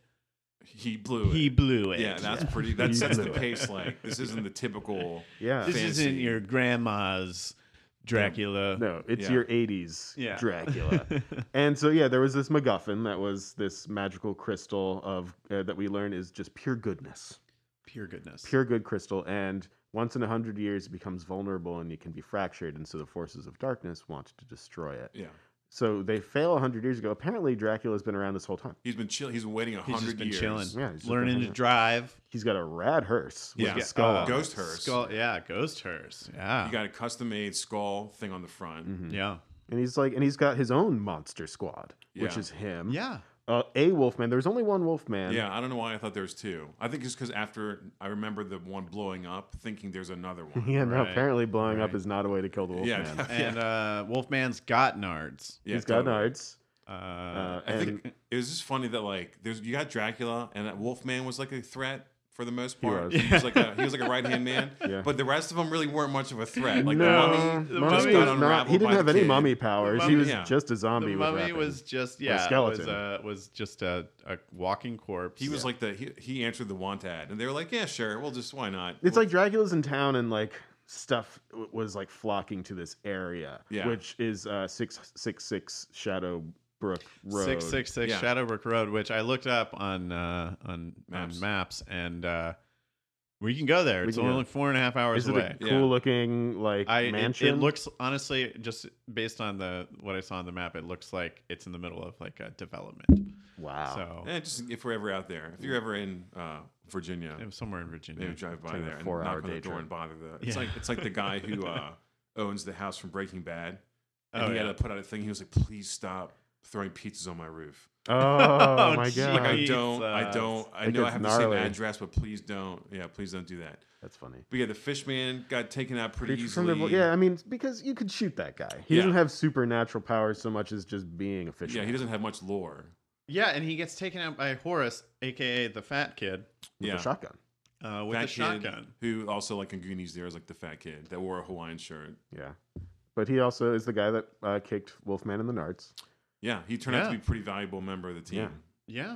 S4: He blew it.
S2: He blew it.
S4: yeah, that's
S2: [LAUGHS]
S4: pretty. That sets the pace. Like this isn't the typical.
S3: Yeah.
S2: This isn't
S4: fancy.
S2: your grandma's Dracula.
S3: [LAUGHS] No, it's
S4: Yeah.
S3: your 80s
S2: Yeah.
S4: [LAUGHS]
S3: Dracula. and so, yeah, there was this MacGuffin that was this magical crystal of uh, that we learn is just pure goodness,
S2: [LAUGHS] Pure goodness.
S3: pure good crystal. And once in a hundred years, it becomes vulnerable and it can be fractured. And so the forces of darkness want to destroy it.
S4: Yeah,
S3: So they fail a hundred years ago. Apparently, Dracula's been around this whole time.
S4: he's been chill. He's been waiting a
S2: He's
S4: hundred
S2: just been
S4: years.
S2: chilling,
S3: Yeah, he's just
S2: learning
S3: been
S2: to
S3: hanging.
S2: drive.
S3: He's got a rad hearse with
S4: Yeah.
S3: a skull.
S2: Uh,
S3: on it.
S4: Ghost hearse.
S2: Skull, yeah, ghost hers. Yeah,
S4: You got a custom-made skull thing on the front.
S2: yeah,
S3: Mm-hmm. And he's like, and he's got his own monster squad, which
S4: [LAUGHS] Yeah.
S3: is him.
S2: yeah.
S3: Uh, a Wolfman. There was only one Wolfman. [LAUGHS]
S4: Yeah, I don't know why I thought there was two. I think it's because after I remember the one blowing up, thinking there's another one.
S3: Yeah, no,
S2: Right,
S3: apparently blowing up
S2: right.
S3: is not a way to kill the wolf
S4: Yeah,
S3: man.
S4: yeah,
S2: And uh, Wolfman's got nards.
S4: [LAUGHS] yeah,
S3: He's got
S4: totally.
S3: nards.
S2: Uh,
S3: Uh,
S4: I
S3: and
S4: think it was just funny that like there's you got Dracula and that Wolfman was like a threat for the most
S3: He
S4: part.
S3: was.
S4: He was,
S3: [LAUGHS]
S4: like a he was like a right hand man,
S3: Yeah.
S4: but the rest of them really weren't much of a threat. Like
S3: no,
S4: the
S3: the
S4: mummy, just
S3: mummy
S4: got
S3: was not,
S4: unraveled
S3: he
S4: by
S3: didn't have
S4: the
S3: any
S4: kid.
S3: mummy powers.
S2: mummy-
S3: he was
S4: yeah.
S3: just a zombie.
S2: the
S3: with
S2: mummy
S3: rapping.
S2: was just yeah, was
S3: skeleton.
S2: uh, was just a, a walking corpse.
S4: He was like the he, he answered the want ad, and they were like, yeah, sure, well, just why not?
S3: It's like Dracula's in town and like stuff w- was like flocking to this area,
S4: Yeah.
S3: which is uh, six six six Shadow Brook Road.
S2: six six six
S4: Yeah.
S2: Shadowbrook Road, which I looked up on uh, on
S4: Maps.
S2: on maps, and uh, we can go there.
S3: We
S2: it's
S3: can
S2: only
S3: go.
S2: like four and a half hours
S3: Is it
S2: away.
S3: a cool looking like
S2: I it-
S3: mansion?
S2: It, looks honestly just based on the what I saw on the map, it looks like it's in the middle of like a development.
S3: wow.
S2: So
S4: eh, just if we're ever out there, if you're ever in uh, Virginia,
S2: it was somewhere in
S4: maybe
S2: Virginia.
S4: drive by
S3: Take a
S4: there and knock
S3: four-hour
S4: on the
S3: day
S4: door
S3: trip.
S4: and bother the. It's
S2: Yeah.
S4: like it's like the
S3: [LAUGHS]
S4: guy who uh, owns the house from Breaking Bad, and
S2: Oh,
S4: he
S2: yeah.
S4: had to put out a thing. He was like, please stop throwing pizzas on my roof.
S3: [LAUGHS] Oh
S2: Oh,
S3: my
S2: gee.
S3: god,
S4: Like I don't, I
S2: Jesus.
S4: don't, I
S3: That
S4: know I
S3: gets
S4: have the
S3: gnarly.
S4: same address, but please don't. Yeah, please don't do that.
S3: that's funny.
S4: But yeah, the fishman got taken out pretty
S3: Creature from
S4: easily.
S3: the vo- yeah, I mean, because you could shoot that guy. He
S4: Yeah.
S3: doesn't have supernatural powers so much as just being a fisherman.
S4: yeah, he doesn't have much lore.
S2: Yeah, and he gets taken out by Horace, aka the fat kid,
S3: with
S4: yeah.
S3: a shotgun.
S2: uh, with
S4: Fat
S2: a
S4: kid
S2: shotgun.
S4: who also like in Goonies there is like the fat kid that wore a Hawaiian shirt.
S3: Yeah. But he also is the guy that uh, kicked Wolfman in the nards.
S4: Yeah, he turned out to
S2: Yeah.
S4: be a pretty valuable member of the team.
S3: Yeah.
S2: Yeah,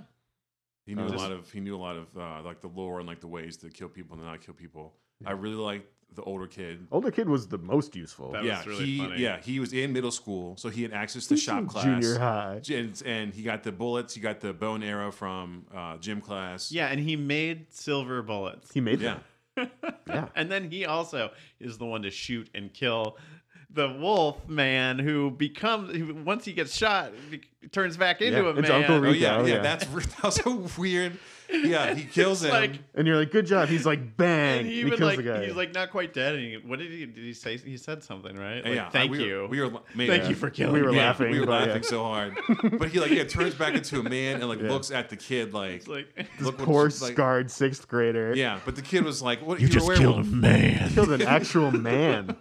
S4: He knew
S3: Uh,
S4: a lot of he knew a lot of uh, like the lore and like the ways to kill people and not kill people. I really liked the older kid.
S3: Older kid was the most useful.
S2: Oh, That
S4: yeah,
S2: was really
S4: he
S2: funny.
S4: yeah he was in middle school, so he had access to
S3: He's
S4: shop
S3: in
S4: class,
S3: Junior high.
S4: and, and he got the bullets. He got the bow and arrow from uh, gym class.
S2: yeah, and he made silver bullets.
S3: He made
S4: yeah.
S3: them. Yeah.
S2: [LAUGHS] And then he also is the one to shoot and kill the wolf man who becomes who, once he gets shot be- turns back into
S3: Yeah,
S2: a man.
S3: it's Uncle
S4: Oh
S3: Rico.
S4: yeah,
S3: Oh,
S4: yeah,
S3: yeah.
S4: That's [LAUGHS] that's so weird. Yeah,
S2: [LAUGHS]
S4: he kills him.
S2: like-
S3: And you're like, good job. He's
S4: [LAUGHS]
S3: like, bang.
S2: And
S3: and
S2: he,
S3: he
S2: was
S3: kills
S2: like
S3: the guy.
S2: he's like not quite dead. And he, what did he did he say? He said something right? Like,
S4: yeah,
S2: Thank
S4: we were-
S2: you.
S4: we were man,
S2: thank you for killing.
S3: We were
S2: me.
S4: Yeah,
S3: laughing,
S4: We were
S3: but yeah.
S4: laughing so hard, but he like yeah turns back into a man
S3: [LAUGHS]
S4: and like looks at the kid like,
S2: It's like
S4: look what
S3: Poor
S4: she's like-
S3: scarred sixth grader.
S4: Yeah, but the kid was like, "What? You just
S2: man.
S4: [LAUGHS]
S3: Killed an actual man.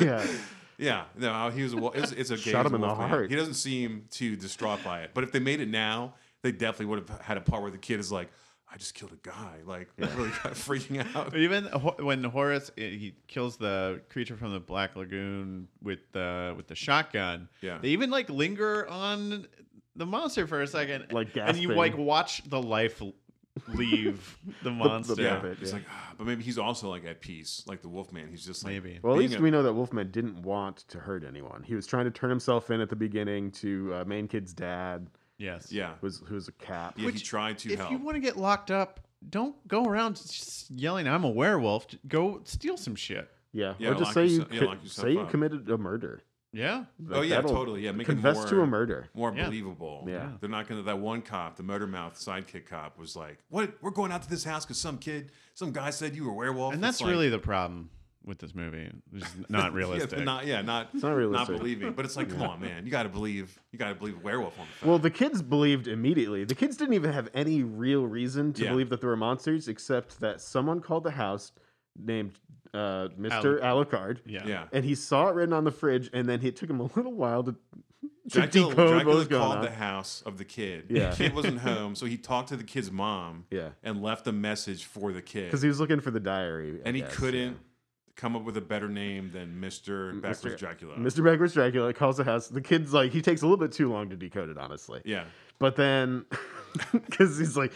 S3: yeah.
S4: Yeah, no, uh, he was. A, wa- it's, it's a gay
S3: [LAUGHS] Shot him in the
S4: wolf man.
S3: heart.
S4: He doesn't seem too distraught by it. But if they made it now, they definitely would have had a part where the kid is like, "I just killed a guy," like [LAUGHS] really got freaking
S3: [LAUGHS]
S4: out.
S2: But even Ho- when Horace eh, he kills the creature from the Black Lagoon with the with the shotgun,
S4: Yeah.
S2: they even like linger on the monster for a second,
S3: Like
S2: and you
S3: gasping.
S2: like watch the life l- leave the monster.
S3: Yeah,
S4: Yeah,
S3: but,
S4: it's
S3: yeah.
S4: like, ah, but maybe he's also like at peace, like the wolf man. He's just like,
S2: Maybe.
S3: Well, at
S4: being
S3: least
S4: a-
S3: we know that Wolfman didn't want to hurt anyone. He was trying to turn himself in at the beginning to uh, Main Kid's dad,
S2: Yes.
S4: yeah,
S3: who was, who was a cap.
S4: yeah. he
S2: Which,
S4: tried to
S2: If
S4: help.
S2: you want to get locked up, don't go around s- yelling "I'm a werewolf." J- Go steal some shit.
S3: Yeah.
S4: Yeah,
S3: or just
S4: lock
S3: say you
S4: yourse- yeah,
S3: co-
S4: lock yourself
S3: say you
S4: up.
S3: committed a murder.
S2: Yeah.
S4: oh
S3: Like,
S4: yeah,
S3: that'll
S4: totally. Yeah, make
S3: Confess
S4: it more,
S3: to a murder.
S4: more
S2: Yeah.
S4: believable.
S3: Yeah.
S4: they're not gonna. That one cop, the murder mouth sidekick cop, was like, "What? We're going out to this house because some kid, some guy said you were a werewolf."
S2: And
S4: It's
S2: that's
S4: like-
S2: really the problem with this movie. It's just not realistic.
S4: [LAUGHS] Yeah, not yeah, not
S3: not realistic.
S4: believing. But it's like, come on, man, you got to believe. You got to believe a werewolf on the film.
S3: Well, the kids believed immediately. The kids didn't even have any real reason to
S4: Yeah.
S3: believe that there were monsters, except that someone called the house named uh, Mr. Alucard.
S2: [LAUGHS] yeah.
S4: yeah,
S3: And he saw it written on the fridge, and then it took him a little while to, to [LAUGHS]
S4: Dracula,
S3: decode what
S4: Dracula
S3: was going
S4: called
S3: on.
S4: the house of the kid.
S3: Yeah.
S4: The kid wasn't home, so he talked to the kid's mom.
S3: Yeah.
S4: and left a message for the kid
S3: Because he was looking for the diary. I
S4: and he
S3: guess,
S4: couldn't. Come up with a better name than Mister Backwards
S3: Mr.
S4: Dracula.
S3: yeah. Mr. Backwards Dracula calls the house. The kid's like, he takes a little bit too long to decode it, honestly.
S4: Yeah,
S3: But then, [LAUGHS] because he's like,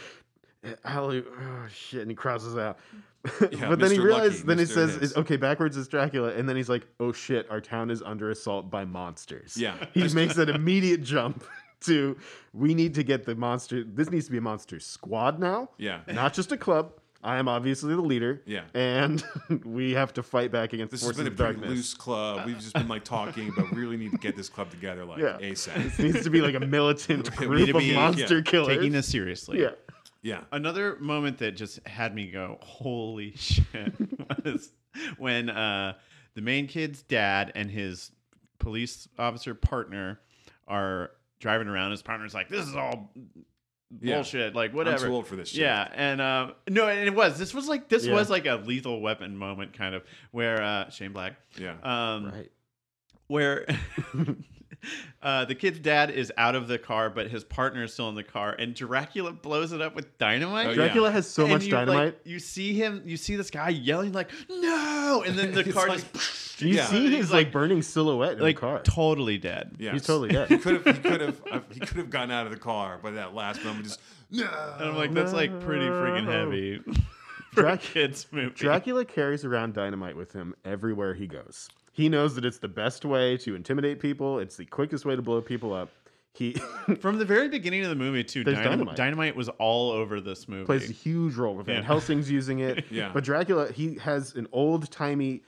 S3: Alu, oh shit, and he crosses out. [LAUGHS] but then he
S4: Mr.
S3: realizes,
S4: Lucky,
S3: then he
S4: Mr.
S3: says,
S4: Hits.
S3: okay, backwards is Dracula. And then he's like, oh shit, our town is under assault by monsters.
S4: Yeah.
S3: [LAUGHS] He makes an immediate jump [LAUGHS] to, we need to get the monster, this needs to be a monster squad now.
S4: Yeah.
S3: Not just a club. I am obviously the leader.
S4: Yeah.
S3: And [LAUGHS] we have to fight back against
S4: this has
S3: forces
S4: been a
S3: of
S4: pretty
S3: darkness.
S4: loose club. We've just been like talking, but we really need to get this club together
S3: [LAUGHS]
S4: like
S3: Yeah.
S4: ASAP.
S3: It needs to be like a militant
S4: [LAUGHS] We need
S3: group
S4: to
S3: of
S4: be, yeah,
S3: monster killers.
S2: Taking this seriously.
S3: yeah.
S4: Yeah,
S2: Another moment that just had me go, holy shit, [LAUGHS] was when uh, the main kid's dad and his police officer partner are driving around. His partner's like, this is all
S4: Yeah.
S2: bullshit, like whatever.
S4: too old for this shit.
S2: Yeah. And um, no, and it was. This was like, this
S3: Yeah.
S2: was like a lethal weapon moment, kind of, where uh, Shane Black.
S4: yeah.
S2: Um,
S3: Right.
S2: where [LAUGHS] uh, the kid's dad is out of the car, but his partner is still in the car, and Dracula blows it up with dynamite.
S4: Oh, yeah.
S3: Dracula has so
S2: And
S3: much
S2: you, like,
S3: dynamite.
S2: you see him. You see this guy yelling like "No!" and
S3: [LAUGHS]
S2: then the
S4: It's
S2: car
S4: like-
S2: just [LAUGHS]
S3: You
S4: Yeah.
S3: see
S2: He's
S3: his
S2: like-
S3: like, burning silhouette in
S2: like
S3: the car.
S2: totally dead.
S4: Yeah,
S3: He's totally
S4: He
S3: dead.
S4: could have, he could have, he could have gotten out of the car by that last moment. Just no.
S2: And
S3: Uh,
S2: I'm like, that's like pretty freaking
S3: No.
S2: heavy [LAUGHS] for a
S3: Drac-
S2: kids movie.
S3: Dracula carries around dynamite with him everywhere he goes. He knows that it's the best way to intimidate people. It's the quickest way to blow people up. He [LAUGHS]
S2: From the very beginning of the movie, too,
S3: There's
S2: dynam-
S3: dynamite.
S2: dynamite. was all over this movie.
S3: plays a huge role. Van
S2: Yeah. [LAUGHS]
S3: Helsing's using it.
S4: Yeah.
S3: But Dracula, he has an old timey,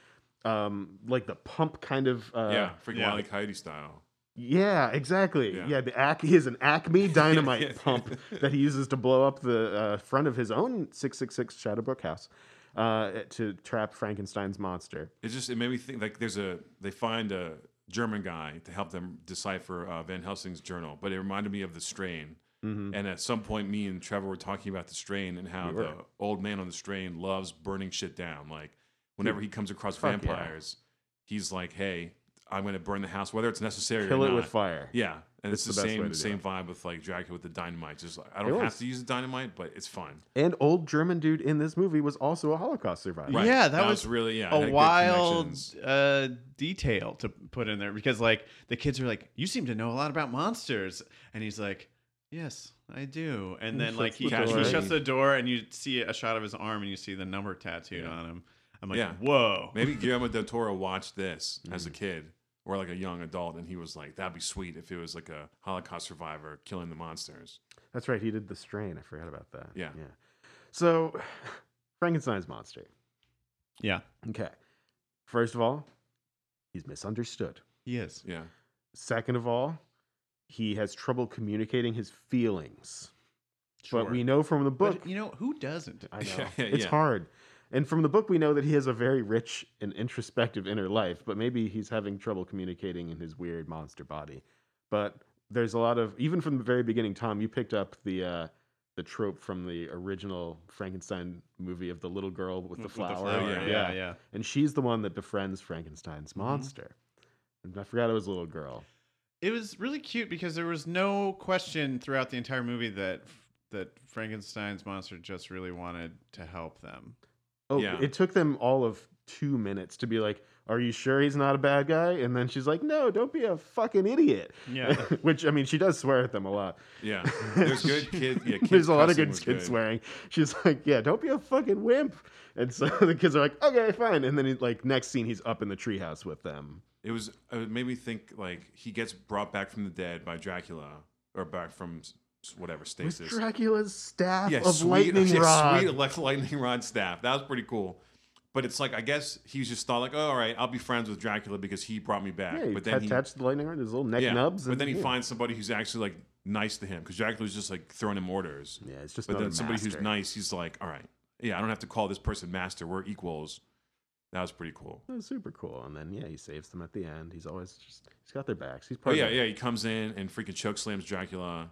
S3: um, like the pump kind of. Uh,
S4: yeah, freaking
S2: yeah.
S4: Wile E. Coyote style.
S3: Yeah, exactly.
S4: Yeah.
S3: Yeah, the ac- [LAUGHS] he has an Acme
S4: [LAUGHS]
S3: dynamite pump that he uses to blow up the uh, front of his own 666 Shadowbrook house uh, to trap Frankenstein's monster.
S4: It just it made me think like there's a they find a German guy to help them decipher uh, Van Helsing's journal, but it reminded me of the strain.
S3: Mm-hmm. Hmm.
S4: And at some point, me and Trevor were talking about the strain and how the old man on the strain loves burning shit down. Like whenever he comes across
S3: Fuck yeah.
S4: vampires, he's like, "Hey, I'm going to burn the house, whether it's necessary
S3: Kill
S4: or
S3: it
S4: not."
S3: with fire.
S4: Yeah, And it's,
S3: It's
S4: the,
S3: the best way
S4: same
S3: to do
S4: same
S3: it.
S4: vibe with like Dracula with the dynamite. Just like, I don't
S3: It
S4: have
S3: was.
S4: to use the dynamite, but it's fine.
S3: And old German dude in this movie was also a Holocaust survivor.
S4: Right.
S2: Yeah, that,
S4: That
S2: was,
S4: was really- yeah, it had
S2: a
S4: good
S2: wild
S4: connections.
S2: uh, detail to put in there because like the kids are like, "You seem to know a lot about monsters," and he's like, "Yes, I do." And then like he,
S3: shuts the
S2: he
S3: door.
S2: shuts the door, and you see a shot of his arm, and you see the number tattooed on him. I'm like,
S4: Yeah.
S2: "Whoa!"
S4: Maybe Guillermo del Toro watched this as a
S3: Mm.
S4: kid or like a young adult, and he was like, "That'd be sweet if it was like a Holocaust survivor killing the monsters."
S3: That's right. He did the strain. I forgot about that.
S4: Yeah.
S3: Yeah. So, [SIGHS] Frankenstein's monster.
S2: Yeah,
S3: Okay. First of all, he's misunderstood.
S2: he is.
S4: Yeah,
S3: Second of all, he has trouble communicating his feelings.
S2: Sure.
S3: But we know from the book,
S2: [LAUGHS] But you know who doesn't?
S3: I know
S4: Yeah,
S3: it's
S4: yeah.
S3: hard. And from the book, we know that he has a very rich and introspective inner life, but maybe he's having trouble communicating in his weird monster body. But there's a lot of even from the very beginning. Tom, you picked up the uh, the trope from the original Frankenstein movie of the little girl with
S2: With
S3: the
S2: the
S3: flower.
S2: flower, Oh, yeah, yeah, yeah.
S3: And she's the one that befriends Frankenstein's monster. And I forgot it was a little girl.
S2: It was really cute because there was no question throughout the entire movie that that Frankenstein's monster just really wanted to help them.
S3: Oh,
S4: Yeah.
S3: it took them all of two minutes to be like, "Are you sure he's not a bad guy?" And then she's like, "No, don't be a fucking idiot."
S2: Yeah.
S3: [LAUGHS] Which I mean, she does swear at them a lot.
S4: yeah. [LAUGHS]
S3: [LAUGHS]
S4: There's good kid. Yeah, kid
S3: There's a lot of
S4: cussing
S3: good
S4: was
S3: kids swearing. She's like, "Yeah, don't be a fucking wimp." And so [LAUGHS] the kids are like, "Okay, fine." And then he, like next scene, he's up in the treehouse with them.
S4: It was uh, it made me think like he gets brought back from the dead by Dracula or back from s- whatever
S3: With
S4: stasis.
S3: Dracula's staff
S4: yeah,
S3: of
S4: sweet,
S3: lightning
S4: [LAUGHS] yeah,
S3: rod.
S4: sweet elect- lightning rod staff. That was pretty cool. But it's like I guess he just thought like, oh, all right, I'll be friends with Dracula because he brought me back.
S3: Yeah, he
S4: but then he
S3: attached the lightning rod. His little neck
S4: yeah,
S3: nubs.
S4: but
S3: and-
S4: then he
S3: yeah.
S4: finds somebody who's actually like nice to him because Dracula's just like throwing him orders.
S3: Yeah, it's just
S4: But
S3: another
S4: then somebody who's
S3: master.
S4: nice, he's like, all right, yeah, I don't have to call this person master. We're equals. That was pretty cool.
S3: That was Oh, super cool. And then yeah, he saves them at the end. He's always just he's got their backs. He's
S4: Oh
S3: part
S4: yeah,
S3: of it.
S4: yeah. He comes in and freaking choke slams Dracula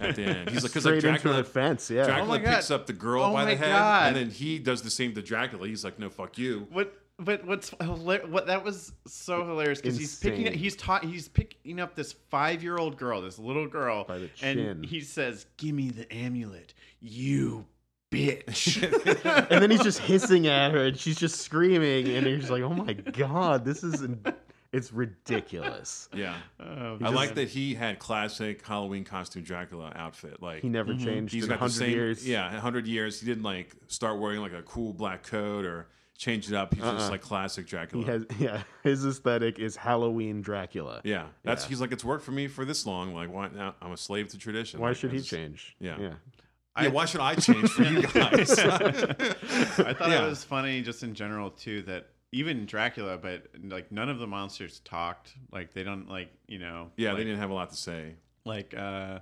S4: at the end. He's like, because like
S3: Straight into
S4: Dracula,
S3: the fence, yeah.
S4: Dracula
S2: Oh my God.
S4: picks up the girl
S2: Oh
S4: by
S2: my
S4: the head,
S2: God.
S4: and then he does the same to Dracula. He's like, no, fuck you.
S2: What? But what's hila- what that was so hilarious because he's picking
S3: Insane.
S2: he's taught he's picking up this five year old girl this little girl
S3: By the chin.
S2: and he says give me the amulet you bitch
S3: [LAUGHS] [LAUGHS] and then he's just hissing at her, and she's just screaming, and you're just like, "Oh my god, this is in- it's ridiculous."
S4: Yeah,
S2: [LAUGHS] Oh,
S4: I
S2: just-
S4: like that he had classic Halloween costume Dracula outfit. Like
S3: He never changed
S4: Mm-hmm. he's
S3: in
S4: got the
S3: hundred
S4: same
S3: years.
S4: yeah 100 years he didn't like start wearing like a cool black coat or change it up he's just like classic dracula
S3: Uh-uh. he has [LAUGHS] yeah. His aesthetic is Halloween Dracula.
S4: yeah that's he's like it's worked for me for this long like why now i'm a slave to tradition
S3: Why
S4: Like,
S3: should
S4: I
S3: he
S4: just-
S3: change?
S4: yeah.
S3: yeah.
S4: yeah why should i change for
S3: [LAUGHS]
S4: you guys
S2: [LAUGHS] I thought
S4: Yeah.
S2: it was funny just in general too that even Dracula but like none of the monsters talked like they don't like you know
S4: yeah
S2: like,
S4: they didn't have a lot to say
S2: like uh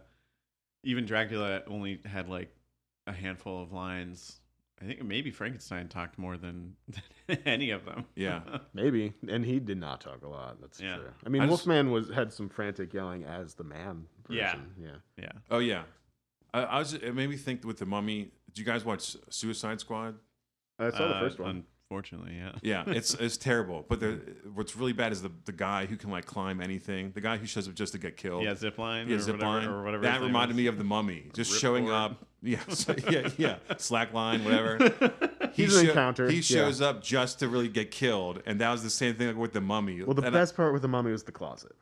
S2: even Dracula only had like a handful of lines I think maybe Frankenstein talked more than, [LAUGHS] than any of them [LAUGHS]
S4: yeah
S3: Maybe, and he did not talk a lot. That's
S2: Yeah.
S3: true. I mean,
S4: I just-
S3: Wolfman was had some frantic yelling as the man.
S2: Yeah.
S3: Version. yeah.
S2: yeah
S4: oh yeah i, I was it made me think with the mummy did you guys watch suicide squad
S3: I saw the
S2: Uh,
S3: first one.
S2: Unfortunately, yeah.
S4: yeah it's it's terrible but the, what's really bad is the, the guy who can like climb anything the guy who shows up just to get killed
S2: Yeah, zip line.
S4: Yeah,
S2: or
S4: zip
S2: whatever,
S4: line
S2: or whatever.
S4: That reminded me of the mummy, just
S2: Rip
S4: showing
S2: cord.
S4: up.
S2: [LAUGHS]
S4: Yeah, so- yeah, yeah. Slack line, whatever. He
S3: He's an
S4: sho-
S3: encounter,
S4: He
S3: yeah.
S4: shows up just to really get killed, and that was the same thing like with the mummy.
S3: Well, the
S4: And I-
S3: best part with the mummy was the closet.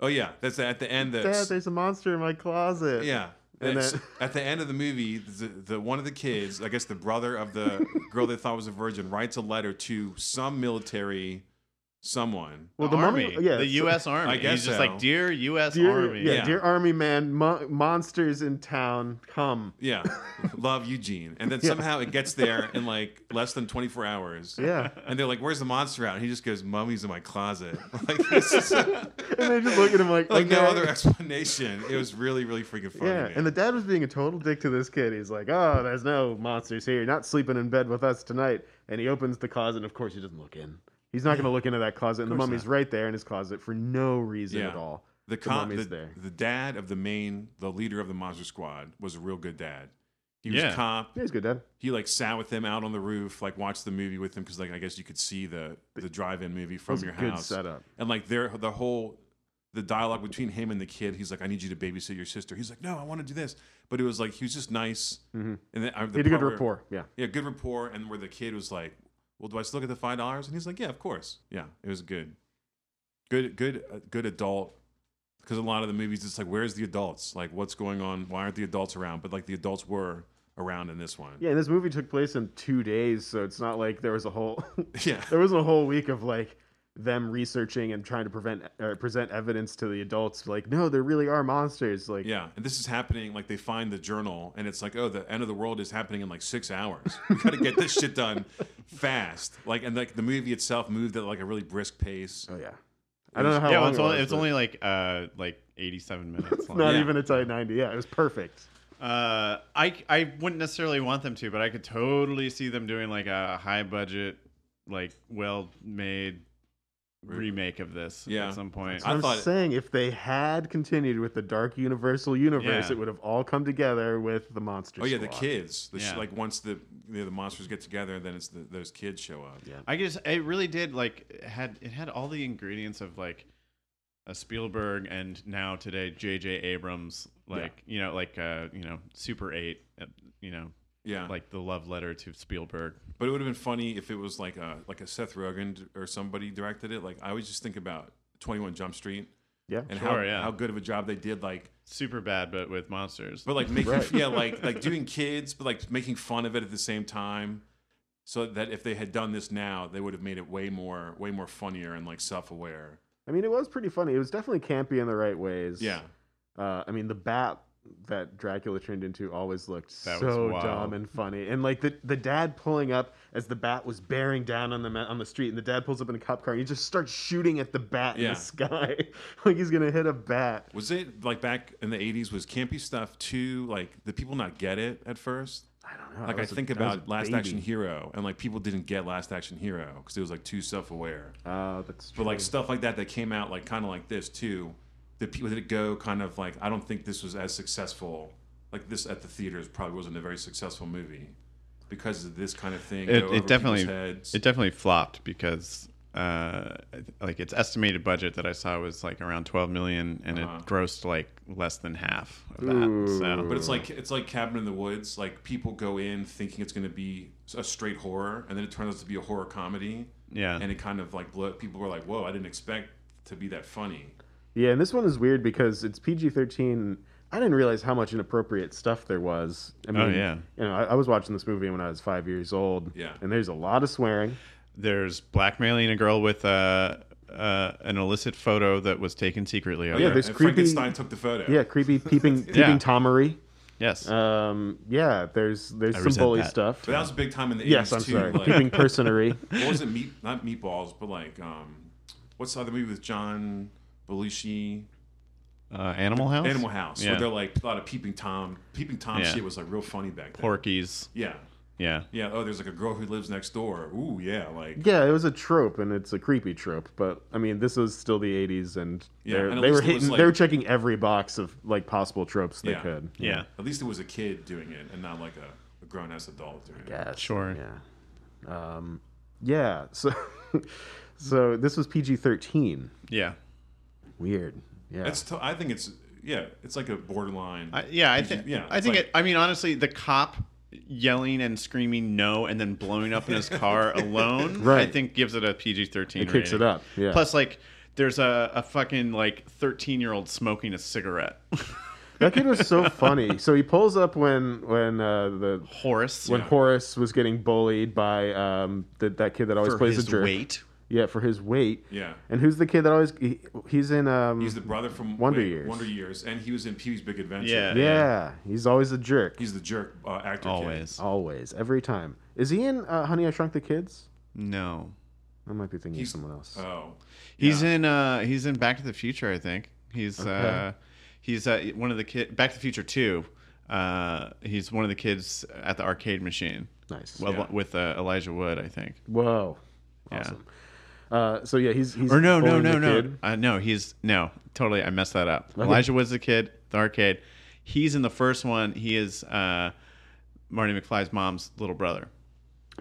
S4: oh yeah, that's at the end.
S3: Dad,
S4: That's,
S3: there's a monster in my closet.
S4: yeah.
S3: [LAUGHS] And
S4: It's-
S3: that-
S4: at the end of the movie, the, the one of the kids, I guess the brother
S3: [LAUGHS]
S4: of the girl they thought was a virgin, writes a letter to some military someone.
S3: Well, the
S2: Army.
S3: mummy. Yeah.
S2: the
S3: so-
S2: U.S. Army.
S4: I guess
S2: He's just
S4: so.
S2: like, dear U.S.
S3: Dear,
S2: Army.
S3: Yeah,
S4: Yeah.
S3: dear army man, mo- monsters in town, come. [LAUGHS]
S4: Yeah, love Eugene, and then somehow it gets there in like less than 24 hours. [LAUGHS]
S3: Yeah,
S4: And they're like, "Where's the monster out?" And he just goes, "Mummy's in my closet." [LAUGHS] Like, it's just, like
S3: [LAUGHS] and they just look at him like, okay.
S4: no other explanation. It was really, really freaking funny.
S3: yeah,
S4: man.
S3: and the dad was being a total dick to this kid. He's like, "Oh, there's no monsters here. You're not sleeping in bed with us tonight." And he opens the closet, and of course, he doesn't look in. He's not going to look into that closet, and the mummy's right there in his closet for no reason
S4: Yeah.
S3: at all.
S4: the, con- the,
S3: mummy's there.
S4: the dad of the main, the leader of the monster squad, was a real good dad. He was
S2: Yeah.
S4: a cop.
S3: Yeah, he's good, Dad.
S4: He like sat with them out on the roof, like watched the movie with them because like I guess you could see the the drive-in movie from
S3: was a
S4: your
S3: good
S4: house.
S3: setup.
S4: And like their the whole the dialogue between him and the kid. He's like, "I need you to babysit your sister." He's like, "No, I want to do this." But it was like he was just nice, and then, uh, the
S3: Mm-hmm. He had a good
S4: part where-
S3: rapport. Yeah.
S4: yeah, good rapport, and where the kid was like, "Well, do I still get the five dollars?" And he's like, "Yeah, of course." Yeah, it was good, good, good, uh, good adult. Because a lot of the movies, it's like, "Where's the adults? Like, what's going on? Why aren't the adults around?" But like, the adults were around in this one.
S3: Yeah, and this movie took place in two days, so it's not like there was a whole
S4: [LAUGHS]
S3: [LAUGHS]
S4: Yeah.
S3: there wasn't a whole week of like them researching and trying to prevent or present evidence to the adults. Like, no, there really are monsters. Like,
S4: Yeah, and this is happening. Like they find the journal, and it's like, oh, the end of the world is happening in like six hours. We gotta get this shit done fast. Like, and like the movie itself moved at like a really brisk pace.
S2: Uh,
S3: oh yeah, I don't know how
S2: yeah, well,
S3: long
S2: it's
S3: it
S2: only
S3: was,
S2: it's
S3: but
S2: only like uh like
S3: [LAUGHS]
S2: 87 minutes long.
S3: not
S4: yeah.
S3: even a tight ninety. Yeah, it was perfect.
S2: Uh, I I wouldn't necessarily want them to, but I could totally see them doing like a high budget, like well made remake of this
S4: Yeah.
S2: at some point.
S4: I
S3: I'm
S4: thought-
S3: saying if they had continued with the Dark Universal Universe,
S2: Yeah.
S3: it would have all come together with the monster.
S4: Oh yeah, the
S3: Squad.
S4: kids. The sh-
S2: Yeah.
S4: like once the you know, the monsters get together, then it's the, those kids show up. Yeah.
S2: I guess it really did like it had it had all the ingredients of like a Spielberg and now today J.J. Abrams, like you know, like uh, you know, Super Eight, uh, you know,
S4: Yeah.
S2: like the love letter to Spielberg.
S4: But it would have been funny if it was like a like a Seth Rogen d- or somebody directed it. Like I always just think about Twenty One Jump Street
S3: Yeah,
S4: and how
S2: Sure, yeah.
S4: how good of a job they did. Like,
S2: Super bad, but with monsters.
S4: but like making [LAUGHS] yeah, like like doing kids, but like making fun of it at the same time. So that if they had done this now, they would have made it way more way more funnier and like self aware.
S3: I mean, it was pretty funny. It was definitely campy in the right ways.
S4: Yeah.
S3: Uh, I mean, the bat that Dracula turned into always looked
S2: That was
S3: so
S2: wild.
S3: dumb and funny. And like the, the dad pulling up as the bat was bearing down on the ma- on the street, and the dad pulls up in a cop car and he just starts shooting at the bat in
S4: Yeah.
S3: the sky, [LAUGHS] like he's gonna hit a bat.
S4: Was it like back in the '80s? Was campy stuff too? Like the people not get it at first?
S3: I don't know.
S4: like I,
S3: was a-
S4: think
S3: I was
S4: about
S3: a
S4: Last
S3: baby.
S4: Action Hero, and like people didn't get Last Action Hero because it was like too self-aware.
S3: Uh, that's true.
S4: But like stuff like that that came out like kind of like this too. The people that go kind of like I don't think this was as successful. Like this at the theaters probably wasn't a very successful movie because of this kind of thing.
S2: it,
S4: go over
S2: it definitely
S4: people's heads.
S2: it definitely flopped because uh like its estimated budget that I saw was like around 12 million and
S4: Uh-huh.
S2: it grossed like less than half of that. So
S4: but it's like it's like Cabin in the Woods. Like people go in thinking it's going to be a straight horror, and then it turns out to be a horror comedy.
S2: Yeah.
S4: and it kind of like blew, people were like, "Whoa, I didn't expect to be that funny."
S3: Yeah, and this one is weird because it's PG thirteen. I didn't realize how much inappropriate stuff there was.
S4: Oh,
S3: I mean,
S2: yeah.
S3: You know, I, I was watching this movie when I was five years old.
S4: Yeah.
S3: and there's a lot of swearing.
S2: there's blackmailing a girl with uh, uh an illicit photo that was taken secretly. of
S3: Oh, yeah,
S2: her.
S3: there's
S4: and
S3: creepy-
S4: Frankenstein took the photo.
S3: Yeah, creepy peeping
S4: [LAUGHS]
S3: peeping
S2: Yeah.
S3: Tomery.
S2: yes.
S3: Um, yeah, there's there's some
S2: resent
S3: bully
S2: that.
S3: stuff.
S4: But that was big time in the 80s
S3: Yes, I'm
S4: too.
S3: sorry,
S4: Like,
S3: peeping
S4: [LAUGHS]
S3: personery.
S4: what was it? Meat, not meatballs, but like, um, what's the other movie with John Belushi?
S2: uh, Animal House.
S4: Animal House.
S2: Yeah.
S4: Where they're like a lot of peeping tom. Peeping tom
S2: Yeah.
S4: shit was like real funny back then.
S2: Porkies.
S4: Yeah,
S2: Yeah.
S4: yeah. Oh, there's like a girl who lives next door. Ooh, yeah, like.
S3: Yeah, it was a trope, and it's a creepy trope. But I mean, this was still the '80s, and,
S4: Yeah,
S3: they're-
S4: and at
S3: they were
S4: least it was,
S3: hitting,
S4: like-
S3: they were checking every box of like possible tropes they
S4: Yeah.
S3: could.
S2: Yeah.
S4: At least it was a kid doing it and not like a, a grown ass adult doing it.
S3: Yes,
S2: Sure.
S3: Yeah. Um, yeah. So, [LAUGHS] so this was PG-13.
S2: Yeah.
S3: Weird. Yeah.
S4: That's t- I think it's yeah, it's like a borderline.
S2: I, yeah, I think.
S4: yeah,
S2: I
S4: it's
S2: think.
S4: like-
S2: it, I mean, honestly, the cop yelling and screaming no, and then blowing up in his
S3: [LAUGHS]
S2: car alone.
S3: Right.
S2: I think gives it a PG thirteen.
S3: It kicks it up, yeah.
S2: Plus, like, there's a, a fucking like thirteen year old smoking a cigarette. [LAUGHS]
S3: that kid was so funny. So he pulls up when when uh, the
S2: Horace.
S3: when Horace was getting bullied by um, the, that kid that always
S2: for
S3: plays
S2: his
S3: a jerk.
S2: weight.
S3: Yeah, for his weight.
S4: Yeah.
S3: And who's the kid that always he, he's in um
S4: He's the brother from
S3: Wonder
S4: wait,
S3: Years.
S4: Wonder Years, and he was in Pee Wee's Big Adventure.
S2: Yeah.
S3: yeah, he's always a jerk.
S4: He's the jerk uh, actor. kid.
S2: Always.
S3: always every time. Is he in uh, Honey I Shrunk the Kids?
S2: No.
S3: I might be thinking
S4: He's-
S3: of someone else.
S2: uh,
S4: Oh.
S2: He's in. uh He's in Back to the Future. I think he's. uh He's uh, one of the kid. Back to the Future Two. Uh, he's one of the kids at the arcade machine.
S3: nice.
S2: Well,
S4: Yeah.
S2: with uh, Elijah Wood, I think.
S3: Whoa.
S2: Yeah.
S3: Awesome. Uh, so yeah, he's he's
S2: Or no, no,
S3: bullying
S2: no,
S3: the
S2: no.
S3: kid.
S2: Uh, no, he's no. Totally, I messed that up. Elijah Wood's the kid, the arcade. He's in the first one. He is uh, Marty McFly's mom's little brother.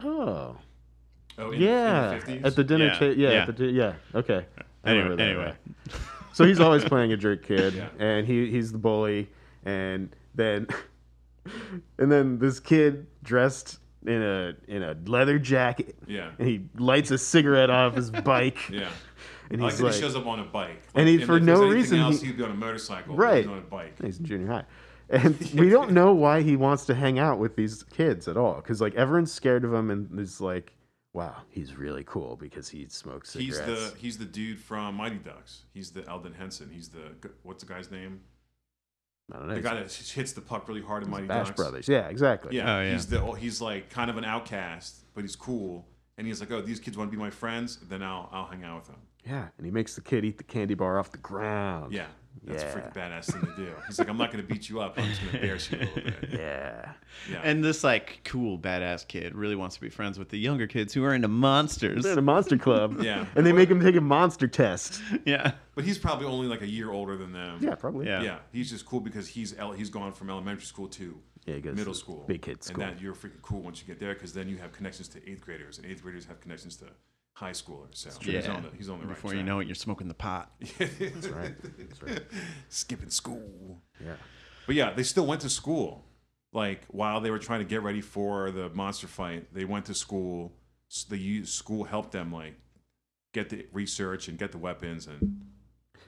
S3: Oh.
S4: Oh, in,
S3: Yeah.
S4: In the 50s?
S3: at the dinner
S2: Yeah,
S3: table. Yeah.
S2: yeah.
S3: At the di- yeah. Okay. I
S2: Anyway,
S3: remember that
S2: anyway.
S3: now. so he's
S4: [LAUGHS]
S3: always playing a jerk kid, and he he's the bully, and then and then this kid dressed in a in a leather jacket,
S4: Yeah.
S3: and he lights a cigarette off
S4: [LAUGHS]
S3: his bike, [LAUGHS]
S4: Yeah.
S3: and
S4: Like,
S3: he's
S4: that
S3: like,
S4: he shows up on a bike.
S3: And he-
S4: if
S3: for
S4: there's
S3: no
S4: anything
S3: reason,
S4: Else,
S3: he-
S4: he'd be on a motorcycle. but
S3: right,
S4: He's on a bike.
S3: he's in junior high. And we
S4: [LAUGHS]
S3: don't know why he wants to hang out with these kids at all, because like everyone's scared of him, and is like, "Wow, he's really cool because he smokes
S4: He's
S3: cigarettes."
S4: the he's the dude from Mighty Ducks. He's the Eldon Henson. He's the what's the guy's name?
S3: I don't know.
S4: The
S3: he's-
S4: guy that hits the puck really hard in Mighty
S3: Bash
S4: Ducks.
S3: Brothers. Yeah, exactly.
S4: Yeah,
S2: Oh, yeah.
S4: he's the he's like kind of an outcast, but he's cool. And he's like, oh, these kids want to be my friends. Then I'll I'll hang out with them.
S3: Yeah, and he makes the kid eat the candy bar off the ground.
S4: Yeah, that's
S3: Yeah.
S4: a freaking badass thing to do. He's like, I'm not gonna beat you up. I'm just
S3: [LAUGHS]
S4: gonna embarrass you a little bit.
S3: Yeah.
S4: Yeah,
S2: And this like cool badass kid really wants to be friends with the younger kids who are into monsters.
S3: They're in a monster club.
S4: [LAUGHS] Yeah.
S3: And they make him take a monster test.
S2: [LAUGHS] yeah.
S4: but he's probably only like a year older than them.
S3: Yeah, probably.
S2: Yeah.
S4: yeah. He's just cool because he's el- he's gone from elementary school to
S3: Yeah, he goes
S4: middle
S3: to
S4: school,
S3: big kid school.
S4: and that you're freaking cool once you get there because then you have connections to eighth graders, and eighth graders have connections to high schoolers. So he's on the he's on the
S2: Before
S4: right
S2: you
S4: track.
S2: know it, you're smoking the pot.
S3: That's right. That's right.
S4: [LAUGHS] skipping school.
S3: Yeah.
S4: But yeah, they still went to school. Like while they were trying to get ready for the monster fight, they went to school. S the u- school helped them like get the research and get the weapons, and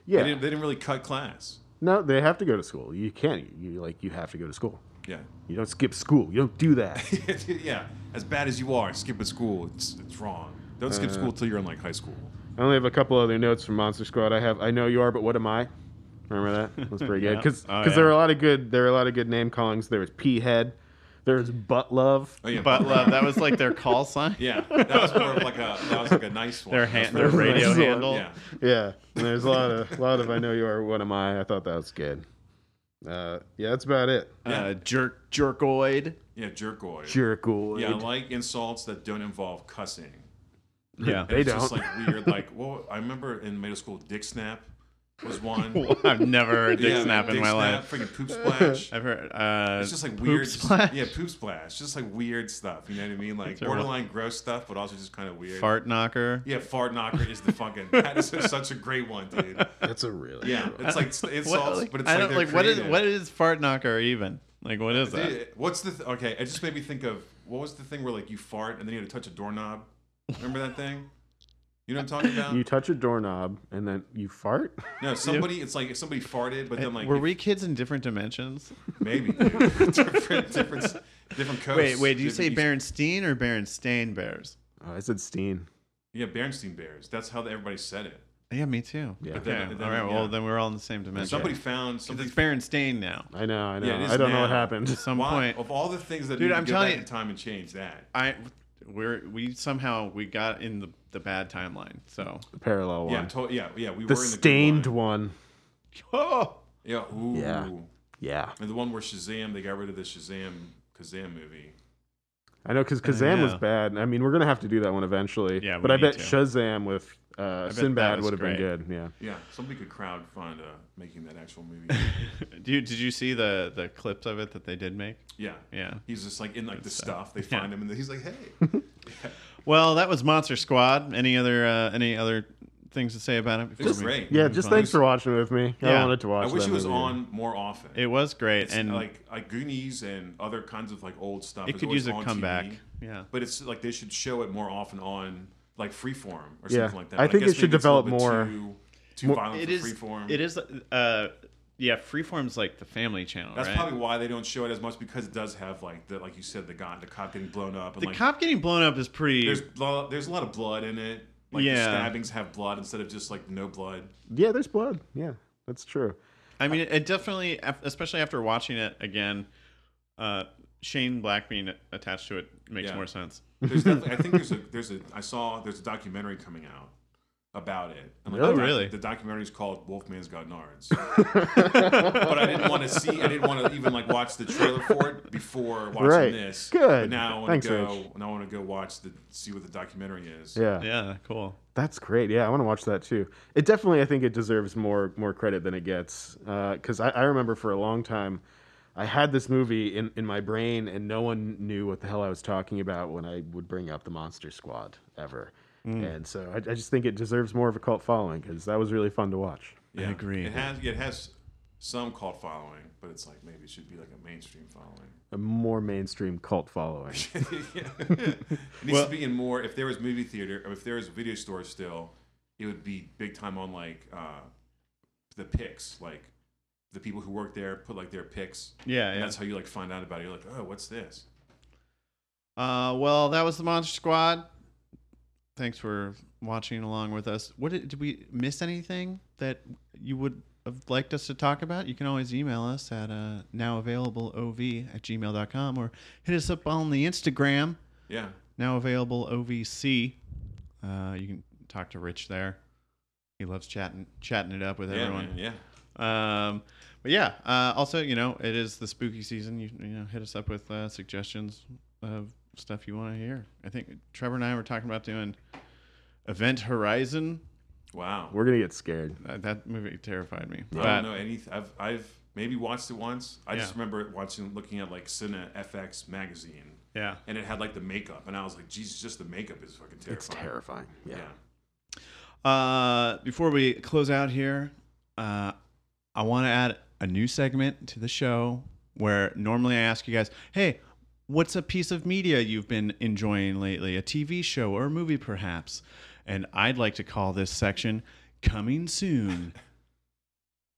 S3: Yeah.
S4: they, didn't, they didn't really cut class.
S3: no, they have to go to school. You can't. You like you have to go to school.
S4: Yeah,
S3: You don't skip school. You don't do that.
S4: [LAUGHS] yeah. As bad as you are, skipping school, it's, it's wrong. Don't skip school till you're in like high school.
S3: I only have a couple other notes from Monster Squad. I have I know you are, but what am I? Remember that? That's
S4: [LAUGHS]
S3: pretty
S2: Yeah.
S3: good. Because
S2: Oh,
S3: there
S2: yeah.
S3: were a lot of good there were a lot of good name callings. There was P Head. There was Butt Love.
S4: Oh yeah,
S2: But love, that was like their call sign.
S4: [LAUGHS] yeah, that was more of like a that was like a nice one.
S2: Their
S4: That was
S2: hand, their
S4: very-
S2: radio
S3: Nice.
S2: handle.
S4: Yeah,
S3: Yeah, and there's a lot of lot of I know you are. What am I? I thought that was good. Uh, yeah, that's about it.
S2: Uh, jerk, jerkoid.
S4: yeah, jerkoid.
S3: Jerkoid.
S4: Yeah, I like insults that don't involve cussing.
S2: Yeah.
S4: And
S3: They
S4: it's just
S3: don't.
S4: like weird. Like, [LAUGHS] well, I remember in middle school, dick snap was one.
S2: [LAUGHS] I've never heard dick
S4: Yeah,
S2: snap in
S4: dick
S2: my
S4: snap,
S2: life.
S4: Freaking
S2: [LAUGHS]
S4: poop splash.
S2: I've heard. Uh,
S4: It's just like
S2: poop
S4: weird.
S2: splash,
S4: Yeah, poop splash. Just like weird stuff. You know what I mean? Like
S2: a-
S4: borderline gross stuff, but also just kind of weird.
S2: fart knocker.
S4: Yeah, fart knocker is the fucking. That is [LAUGHS] such a great one, dude.
S3: That's a really
S4: Yeah, it's like it's
S2: What,
S4: insults,
S2: like,
S4: but it's
S2: I
S4: like,
S2: don't,
S4: they're
S2: like what is
S4: creative.
S2: what is fart knocker even? Like what is that?
S4: Dude, What's the th- okay? It just made me think of what was the thing where like you fart and then you had to touch a doorknob. Remember that thing? You know what I'm talking about?
S3: You touch a doorknob and then you fart.
S4: No, somebody. It's like if somebody farted, but then like
S2: Were
S4: if-
S2: we kids in different dimensions?
S4: [LAUGHS] maybe dude. different, different, different coasts.
S2: Wait, wait. Do you say
S4: different-
S2: Berenstein or Berenstain Bears?
S3: Oh, I said Steen.
S4: Yeah, Bernstein Bears. That's how everybody said it.
S2: Yeah, me too.
S3: Yeah.
S2: Okay.
S3: But
S4: then- then,
S2: all right. Well,
S4: yeah.
S2: then we're all in the same dimension.
S4: Somebody found
S2: Because
S4: somebody.
S2: it's Berenstain now.
S3: I know, I know.
S4: Yeah, it is
S3: I don't know what
S4: now.
S3: happened.
S2: At some
S4: Why,
S2: point,
S4: of all the things that
S2: Dude,
S4: dude,
S2: I'm
S4: I'm go
S2: telling
S4: back
S2: you-
S4: in time and change that.
S2: I we're we somehow we got in the the bad timeline. So
S3: The parallel one.
S4: Yeah, to- yeah, yeah. We
S3: the
S4: were in the good
S3: stained
S4: one.
S3: one.
S2: [LAUGHS] oh,
S4: Yeah, ooh.
S3: Yeah. Yeah,
S4: And the one where Shazam, they got rid of the Shazam Kazam movie.
S3: I know because Kazam was
S2: know.
S3: bad. I mean, we're gonna have to do that one eventually.
S2: Yeah, we
S3: but I
S2: need
S3: bet
S2: to.
S3: Shazam with
S2: bet
S3: uh,
S2: that
S3: Sinbad
S2: was
S3: would have been
S2: great.
S3: good. Yeah,
S4: Yeah, somebody could crowd fund uh, making that actual movie.
S3: [LAUGHS]
S2: dude, did you see the the clips of it that they did make?
S4: Yeah,
S2: Yeah.
S4: He's just like in like the stuff. They
S2: Yeah.
S4: find him and he's
S2: [LAUGHS]
S4: like, hey.
S2: Well, that was Monster Squad. Any other uh, any other things to say about it?
S4: It
S2: before
S4: was
S2: we-
S4: great.
S3: yeah. Just
S2: fun.
S3: thanks for watching with me.
S2: Yeah.
S3: I wanted to watch.
S4: I wish
S3: that
S4: it was
S3: movie.
S4: on more often.
S2: It was great,
S4: It's
S2: and
S4: like like Goonies and other kinds of like old stuff.
S2: it
S4: is
S2: could
S4: always
S2: use a
S4: on
S2: comeback.
S4: TV,
S2: Yeah.
S4: but it's like they should show it more often on like Freeform or
S3: Yeah.
S4: something like that.
S3: I
S4: But
S3: think
S4: guess
S3: it should
S4: maybe it's a little
S3: develop
S4: bit
S3: more-
S4: Too, too violent
S2: It
S4: for
S2: is.
S4: Freeform.
S2: It is. Uh, yeah, Freeform's like the Family Channel,
S4: That's
S2: right?
S4: probably why they don't show it as much because it does have like the like you said the guy the cop getting blown up and
S2: the
S4: like
S2: cop getting blown up is pretty.
S4: there's lo- there's a lot of blood in it. Like the
S2: Yeah.
S4: stabbings have blood instead of just like no blood.
S3: Yeah, there's blood. Yeah, that's true.
S2: I mean, it definitely, af- especially after watching it again, uh, Shane Black being attached to it makes
S4: Yeah.
S2: more sense.
S4: There's definitely I think there's a there's a I saw there's a documentary coming out about it. And like
S2: Oh,
S4: the doc-
S2: really?
S4: The documentary's called Wolfman's Got Nards. but I didn't want to see. I didn't want to even like watch the trailer for it before watching
S3: Right.
S4: this.
S3: Good.
S4: But now I want
S3: Thanks,
S4: to go.
S3: Rich.
S4: Now I want to go watch the see what the documentary is.
S3: Yeah,
S2: Yeah, cool.
S3: that's great. Yeah, I want to watch that too. It definitely, I think, it deserves more more credit than it gets. Because I, I remember for a long time, I had this movie in in my brain, and no one knew what the hell I was talking about when I would bring up the Monster Squad ever. And so I, I just think it deserves more of a cult following because that was really fun to watch.
S4: Yeah.
S2: agree.
S4: It has it has some cult following, but it's like maybe it should be like a mainstream following. [LAUGHS]
S3: A more mainstream cult following.
S4: It needs to be in more. If there was movie theater, or if there was video store still, it would be big time on like uh, the picks, like the people who work there put like their picks.
S2: Yeah,
S4: and
S2: yeah.
S4: that's how you like find out about it. You're like, oh, what's this?
S2: Uh, well, that was the Monster Squad. Thanks for watching along with us. What did, did we miss anything that you would have liked us to talk about? You can always email us at uh, nowavailableo.v at gmail.com or hit us up on the Instagram,
S4: Yeah,
S2: nowavailableo.v. Uh, you can talk to Rich there. He loves chatting chatting it up with
S4: yeah,
S2: everyone.
S4: man, yeah.
S2: Um, but yeah, uh, also you know it is the spooky season. You, you know, hit us up with uh, suggestions of stuff you want to hear. I think Trevor and I were talking about doing Event Horizon.
S4: Wow.
S3: We're gonna get scared.
S2: Uh, that movie terrified me.
S4: I
S2: But
S4: don't know anything. I've I've maybe watched it once. I just
S2: Yeah.
S4: remember watching, looking at like Cine FX magazine,
S2: yeah,
S4: and it had like the makeup, and I was like, Jesus, just the makeup is fucking terrifying.
S3: It's terrifying. Yeah.
S4: Yeah.
S2: uh, before we close out here, uh, I want to add a new segment to the show where normally I ask you guys, hey. What's a piece of media you've been enjoying lately? A TV show or a movie, perhaps? And I'd like to call this section Coming Soon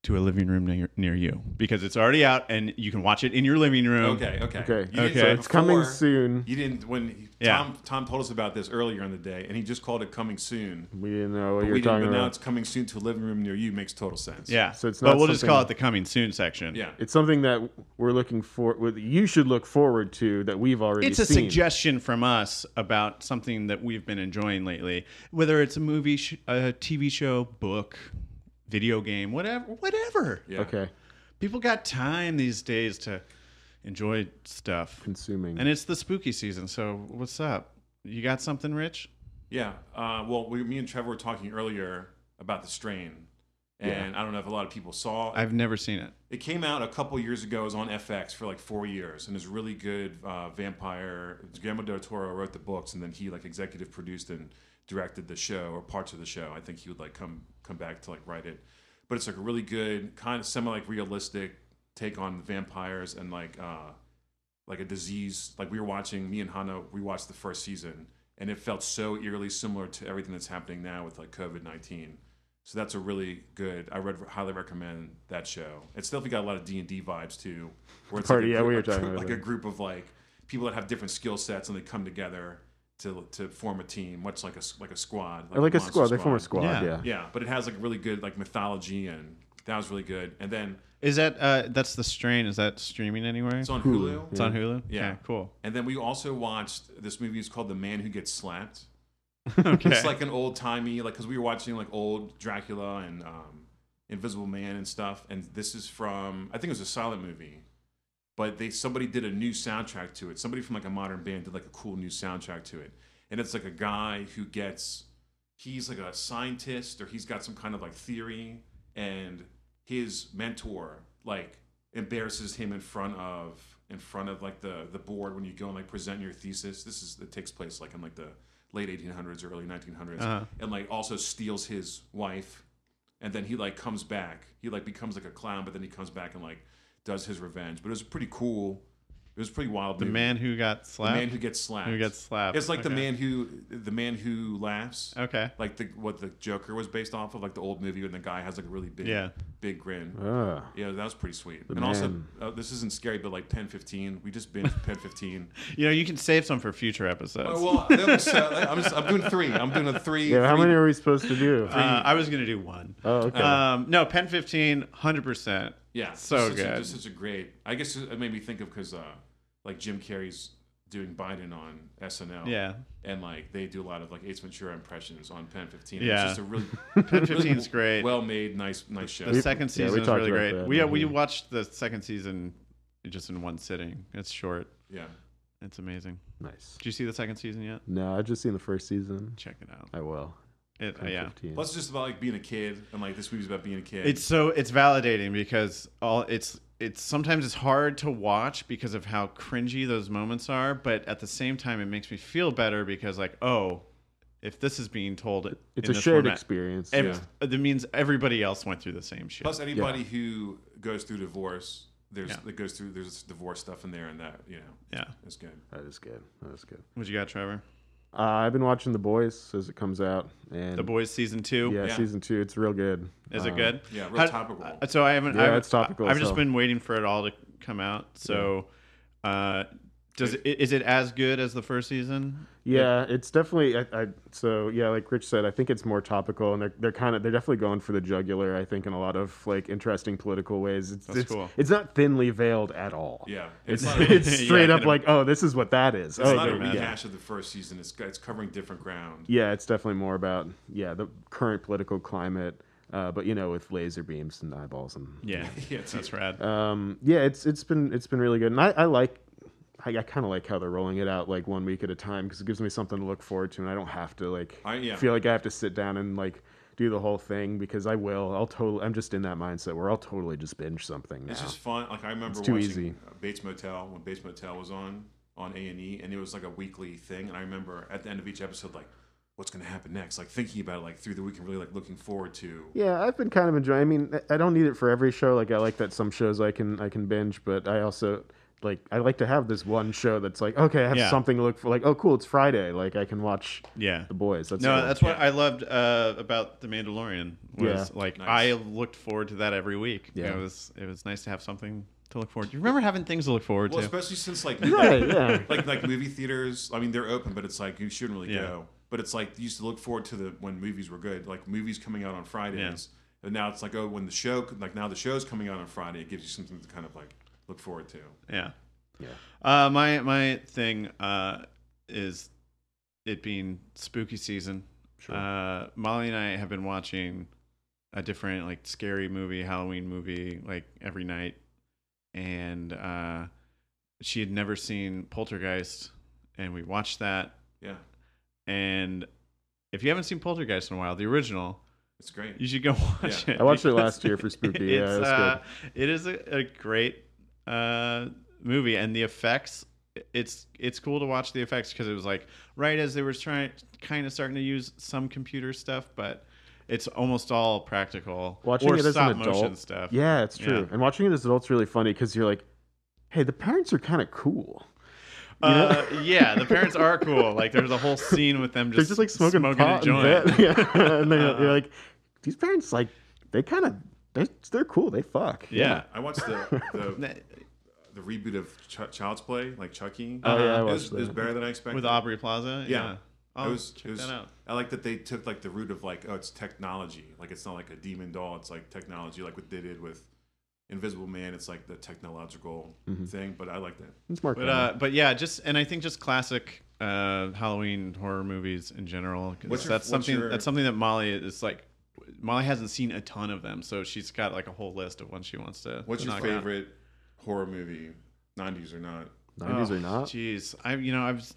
S2: to a Living Room near, near You because it's already out and you can watch it in your living room.
S4: Okay. Okay.
S3: Okay.
S4: You didn't
S2: Okay.
S3: So
S4: say
S3: it's coming
S4: before.
S3: soon.
S4: You didn't when he,
S2: Yeah.
S4: Tom Tom told us about this earlier in the day, and he just called it coming soon.
S3: We didn't know what you
S4: But we
S3: were
S4: didn't,
S3: talking
S4: but now
S3: about.
S4: it's coming soon to a living room near you makes total sense.
S2: Yeah.
S3: So it's
S2: but
S3: not
S2: we'll just call it
S3: something-
S2: the Coming Soon section.
S4: yeah.
S3: It's something that we're looking for. with- You should look forward to that we've already.
S2: It's a
S3: seen.
S2: suggestion from us about something that we've been enjoying lately, whether it's a movie, sh- a TV show, book, video game, whatever, whatever.
S4: Yeah.
S3: Okay.
S2: People got time these days to enjoy stuff.
S3: Consuming.
S2: And it's the spooky season, so what's up? You got something, Rich?
S4: Yeah. Uh, well, we, me and Trevor were talking earlier about the strain, and I don't know if a lot of people saw.
S2: I've never seen it.
S4: it came out a couple years ago. It was on FX for like four years, and is really good. Uh, vampire Guillermo del Toro wrote the books, and then he like executive produced and directed the show or parts of the show. I think he would like come come back to like write it, but it's like a really good kind of semi like realistic take on the vampires and like uh, like a disease. Like we were watching me and Hannah, we watched the first season, and it felt so eerily similar to everything that's happening now with like COVID nineteen. So that's a really good. I would highly recommend that show. It's definitely got a lot of D and D vibes too. Where it's
S3: Party,
S4: like a
S3: yeah, we
S4: group-
S3: were talking
S4: a group-
S3: about
S4: like a
S3: that.
S4: group of like people that have different skill sets and they come together to to form a team, much like a s- like a squad.
S3: Or like a
S4: monster
S3: squad. They form a squad.
S2: Yeah.
S3: Yeah.
S4: Yeah, but it has like really good like mythology and that was really good. And then
S2: Is that uh, that's the strain? Is that streaming anywhere?
S4: it's on
S3: Hulu,
S4: Hulu.
S2: It's on Hulu.
S4: Yeah.
S2: Okay, cool.
S4: And then we also watched this movie. It's called The Man Who Gets Slapped.
S2: Okay.
S4: [LAUGHS] It's like an old timey, like because we were watching like old Dracula and um, Invisible Man and stuff. And this is from I think it was a silent movie, but they somebody did a new soundtrack to it. Somebody from like a modern band did like a cool new soundtrack to it. And it's like a guy who gets he's like a scientist or he's got some kind of like theory and his mentor like embarrasses him in front of in front of like the the board when you go and like present your thesis this is it takes place like in like the late 1800s or early 1900s
S2: Uh-huh.
S4: and like also steals his wife and then he like comes back he like becomes like a clown but then he comes back and like does his revenge but it was pretty cool it was a pretty wild
S2: the
S4: movie.
S2: man who got slapped.
S4: the man who gets slapped
S2: Who gets slapped.
S4: it's like the
S2: Okay.
S4: man who the man who laughs
S2: Okay.
S4: like the what the Joker was based off of, like the old movie when the guy has like a really big,
S2: Yeah.
S4: big grin.
S3: Ah.
S4: Yeah, that was pretty sweet. and also,
S3: man.
S4: uh, this isn't scary, but like Pen Fifteen, we just binged Pen Fifteen.
S3: [LAUGHS]
S2: You know, you can save some for future episodes.
S4: Oh, well, that was, uh, I'm, just, I'm doing three. I'm doing a three.
S3: Yeah, how
S4: three-
S3: many are we supposed to do?
S2: Uh, I was gonna do one.
S3: oh, okay.
S2: Um, no, Pen 15, 100 percent.
S4: Yeah,
S2: so
S4: just such A,
S2: good.
S4: just such a great. I guess it made me think of because uh, like Jim Carrey's doing Biden on SNL.
S2: Yeah,
S4: and like they do a lot of like Ace Ventura impressions on Pen Fifteen.
S2: Yeah.
S4: it's just a really
S2: [LAUGHS] Pen 15 is great.
S4: well made, nice, nice show.
S2: the second
S3: yeah, we
S2: season is
S3: talked
S2: really
S3: about
S2: great.
S3: that.
S2: We uh, we
S3: Mhm.
S2: watched the second season just in one sitting. It's short.
S4: yeah,
S2: It's amazing.
S3: nice.
S2: Did you see the second season yet?
S3: No, I've just seen the first season.
S2: Check it out.
S3: I will.
S2: It, uh,
S3: I'm
S2: yeah.
S3: 15.
S4: plus it's just about like being a kid, and like this movie's about being a kid.
S2: It's so it's validating because all it's it's sometimes it's hard to watch because of how cringy those moments are, but at the same time it makes me feel better because like oh if this is being told,
S3: It's
S2: in
S3: a
S2: this
S3: shared
S2: format,
S3: experience.
S2: ev-
S4: Yeah.
S2: That means everybody else went through the same shit.
S4: Plus, anybody who goes through divorce, there's that goes through there's divorce stuff in there, and that you know,
S2: yeah.
S4: it's good.
S3: That is good. That is good.
S2: What you got, Trevor?
S3: Uh, I've been watching The Boys as it comes out, and
S2: The Boys season two.
S3: yeah,
S4: Yeah.
S3: season two. It's real good.
S2: Is
S3: Uh,
S2: it good?
S4: yeah, real topical.
S2: uh, So I haven't.
S3: Yeah,
S2: I haven't-
S3: it's topical,
S2: I've just
S3: so-
S2: been waiting for it all to come out. So, uh, does it, is it as good as the first season?
S3: Yeah, it's definitely. I, I so yeah, like Rich said, I think it's more topical, and they're they're kind of they're definitely going for the jugular. I think in a lot of like interesting political ways. It's it's,
S2: cool.
S3: it's not thinly veiled at all.
S4: Yeah,
S3: It's,
S4: not a-
S3: it's
S2: Yeah,
S3: [LAUGHS] straight
S2: I
S3: up
S2: can
S3: like, oh, this is what that is.
S4: It's
S3: oh,
S4: not a
S3: there- yeah.
S4: rehash of the first season. It's it's covering different ground.
S3: Yeah, it's definitely more about yeah the current political climate, uh, but you know with laser beams and eyeballs and
S2: Yeah,
S4: [LAUGHS]
S2: that's rad.
S3: um, yeah, it's it's been it's been really good, and I, I like I, I kind of like how they're rolling it out like one week at a time because it gives me something to look forward to, and I don't have to like
S4: I- yeah.
S3: feel like I have to sit down and like do the whole thing because I will. I'll totally. I'm just in that mindset where I'll totally just binge something now.
S4: It's just fun. Like I remember
S3: too
S4: watching
S3: easy.
S4: uh, Bates Motel when Bates Motel was on on A and E, and it was like a weekly thing. And I remember at the end of each episode, like, what's going to happen next? Like thinking about it, like through the week, and really like looking forward to.
S3: Yeah, I've been kind of enjoying. I mean, I- I don't need it for every show. Like I like that some shows I can I can binge, but I also like I like to have this one show that's like okay, I have
S2: Yeah.
S3: something to look for. Like oh, cool, it's Friday. Like I can watch
S2: Yeah.
S3: The Boys. That's
S2: No,
S3: cool.
S2: that's what I loved uh, about the Mandalorian. Was
S3: Yeah.
S2: like I
S4: Nice.
S2: looked forward to that every week.
S3: Yeah.
S2: it was it was nice to have something to look forward. to. You remember having things to look forward
S4: Well,
S2: to?
S4: especially
S3: [LAUGHS]
S4: since like
S3: right. [LAUGHS] Yeah.
S4: like like movie theaters. I mean, they're open, but it's like you shouldn't really
S2: Yeah.
S4: go. But it's like you used to look forward to the when movies were good, like movies coming out on Fridays. And now it's like oh, when the show like now the show's coming out on Friday, it gives you something to kind of like look forward to.
S2: Yeah. Yeah. Uh, my my thing uh, is it being spooky season. Sure. Uh, Molly and I have been watching a different like scary movie, Halloween movie, like every night, and uh, she had never seen Poltergeist, and we watched that.
S4: Yeah,
S2: And if you haven't seen Poltergeist in a while, the original,
S4: it's great.
S2: you should go [LAUGHS] watch
S4: Yeah.
S2: it.
S3: I watched it
S2: because
S3: last year for Spooky. Yeah,
S2: [LAUGHS] it's,
S3: it was
S2: uh, it is a, a great uh, movie, and the effects. It's it's cool to watch the effects because it was like right as they were trying, kind of starting to use some computer stuff, but it's almost all practical
S3: watching
S2: or
S3: it as
S2: stop
S3: an adult
S2: motion stuff.
S3: Yeah, it's true.
S2: Yeah.
S3: And watching it as adults really funny because you're like, hey, the parents are kind of cool.
S2: uh, yeah. The parents are cool. Like there's a whole scene with them just,
S3: They're just like smoking, pot
S2: a joint. Uh-huh.
S3: And, bed. [LAUGHS] yeah.
S2: [LAUGHS]
S3: and they're, you're like, these parents like they kind of they they're cool. They fuck.
S2: Yeah.
S4: I watched the the,
S2: That-
S4: the reboot of Ch- Child's Play, like Chucky.
S3: Oh, yeah, I
S4: it was,
S3: watched
S4: it was
S3: that.
S4: better than I expected.
S2: with Aubrey Plaza.
S4: yeah.
S2: Oh,
S4: it was,
S2: check
S4: it was,
S2: that out.
S4: I like that they took like the root of like oh it's technology like it's not like a demon doll it's like technology like what they did with Invisible Man it's like the technological
S3: Mm-hmm.
S4: thing but I like that
S3: It's Mark.
S2: But uh, but yeah, just and I think just classic uh, Halloween horror movies in general. 'cause
S4: What's your-
S2: that's
S4: what's
S2: something
S4: your-
S2: that's something that Molly is like. Molly hasn't seen a ton of them, so she's got like a whole list of ones she wants to.
S4: what's your
S2: knock out.
S4: favorite horror movie 90s or not
S3: Nineties
S2: Oh,
S3: or not?
S2: Jeez, I you know I was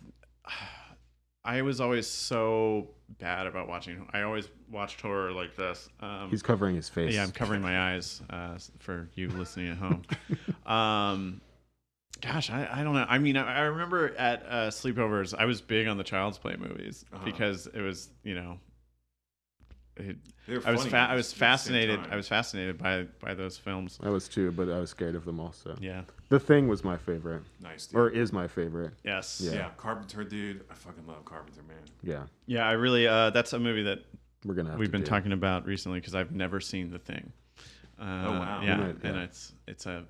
S2: [SIGHS] I was always so bad about watching. I always watched horror like this. Um,
S3: He's covering his face.
S2: Yeah, I'm covering my eyes uh, for you listening at home.
S4: [LAUGHS]
S2: um, gosh, I, I don't know. I mean, I, I remember at uh, sleepovers, I was big on the Child's Play movies
S4: Uh-huh.
S2: because it was, you know, it,
S4: They were
S2: I was
S4: funny
S2: fa-
S4: at
S2: I
S4: the
S2: was
S4: same
S2: fascinated.
S4: time.
S2: I was fascinated by by those films.
S3: I was too, but I was scared of them also.
S2: Yeah.
S3: The Thing was my favorite,
S4: nice dude.
S3: or is my favorite.
S2: Yes.
S4: yeah.
S3: Yeah.
S4: Carpenter dude I fucking love Carpenter man
S3: Yeah,
S2: Yeah. I really. Uh, that's a movie that
S3: we're gonna. Have
S2: we've
S3: to
S2: been
S3: do.
S2: talking about recently because I've never seen The Thing. Uh,
S4: Oh, wow.
S2: Yeah,
S3: Right,
S2: and
S3: yeah.
S2: it's it's a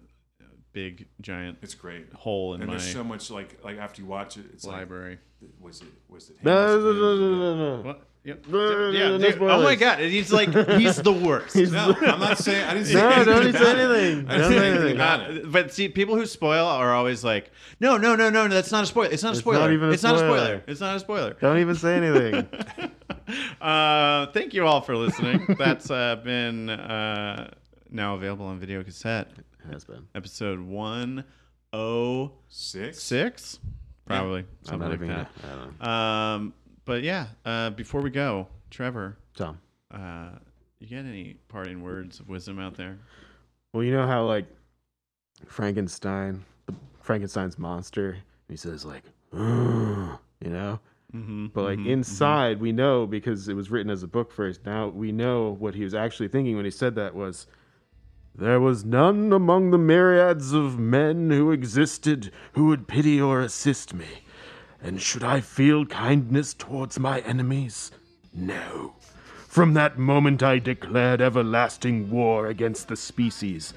S2: big giant
S4: it's great
S2: hole in
S4: and
S2: my
S4: there's so much like like after you watch it it's
S2: library.
S4: like was it was it
S3: No,
S4: him?
S3: no,
S4: Was it
S3: no,
S4: him?
S3: no,
S4: Yeah.
S3: no, no.
S2: What? Yep.
S3: no,
S2: Yeah,
S3: no, no
S2: dude. oh my
S3: spoilers.
S2: god, he's like he's the worst.
S4: No,
S2: [LAUGHS]
S4: I'm not saying. I didn't say.
S3: [LAUGHS] No,
S4: anything
S3: don't
S4: about
S3: say
S4: it.
S3: anything.
S4: I didn't
S3: Don't
S4: say
S3: say
S4: anything
S3: anything.
S4: about it.
S2: Not- but see, people who spoil are always like, no, no, no, no, no. That's not a spoiler. It's not a spoiler.
S3: even a
S2: it's not a
S3: spoiler.
S2: spoiler. It's not a spoiler.
S3: Don't even say
S2: [LAUGHS]
S3: anything.
S2: Uh, thank you all for listening.
S3: [LAUGHS]
S2: That's uh, been uh, now available on video cassette,
S3: Has been.
S2: episode one oh
S4: Six.
S2: six, probably
S3: I'm
S2: something
S3: not
S2: like
S3: even.
S2: that.
S3: Gonna, I don't know.
S2: Um, but yeah, uh, before we go, Trevor,
S3: Tom.
S2: uh, you got any parting words of wisdom out there?
S3: Well, you know how like Frankenstein, Frankenstein's monster, he says like, "Ugh," [GASPS] you know, But
S2: Mm-hmm,
S3: like inside, we know because it was written as a book first. Now we know what he was actually thinking when he said that was there was none among the myriads of men who existed who would pity or assist me. And should I feel kindness towards my enemies? No. From that moment I declared everlasting war against the species,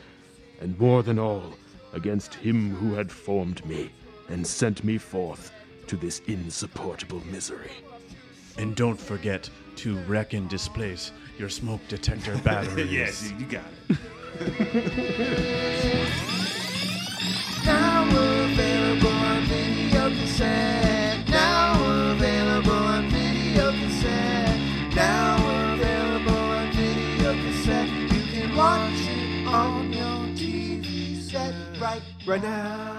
S3: and more than all, against him who had formed me and sent me forth to this insupportable misery.
S2: And don't forget to wreck and displace your smoke [LAUGHS] detector batteries.
S4: Yes, you, you got it.
S1: Now available on video cassette. Now available on video cassette. Now available on video cassette. You can watch it on your TV set right, right now.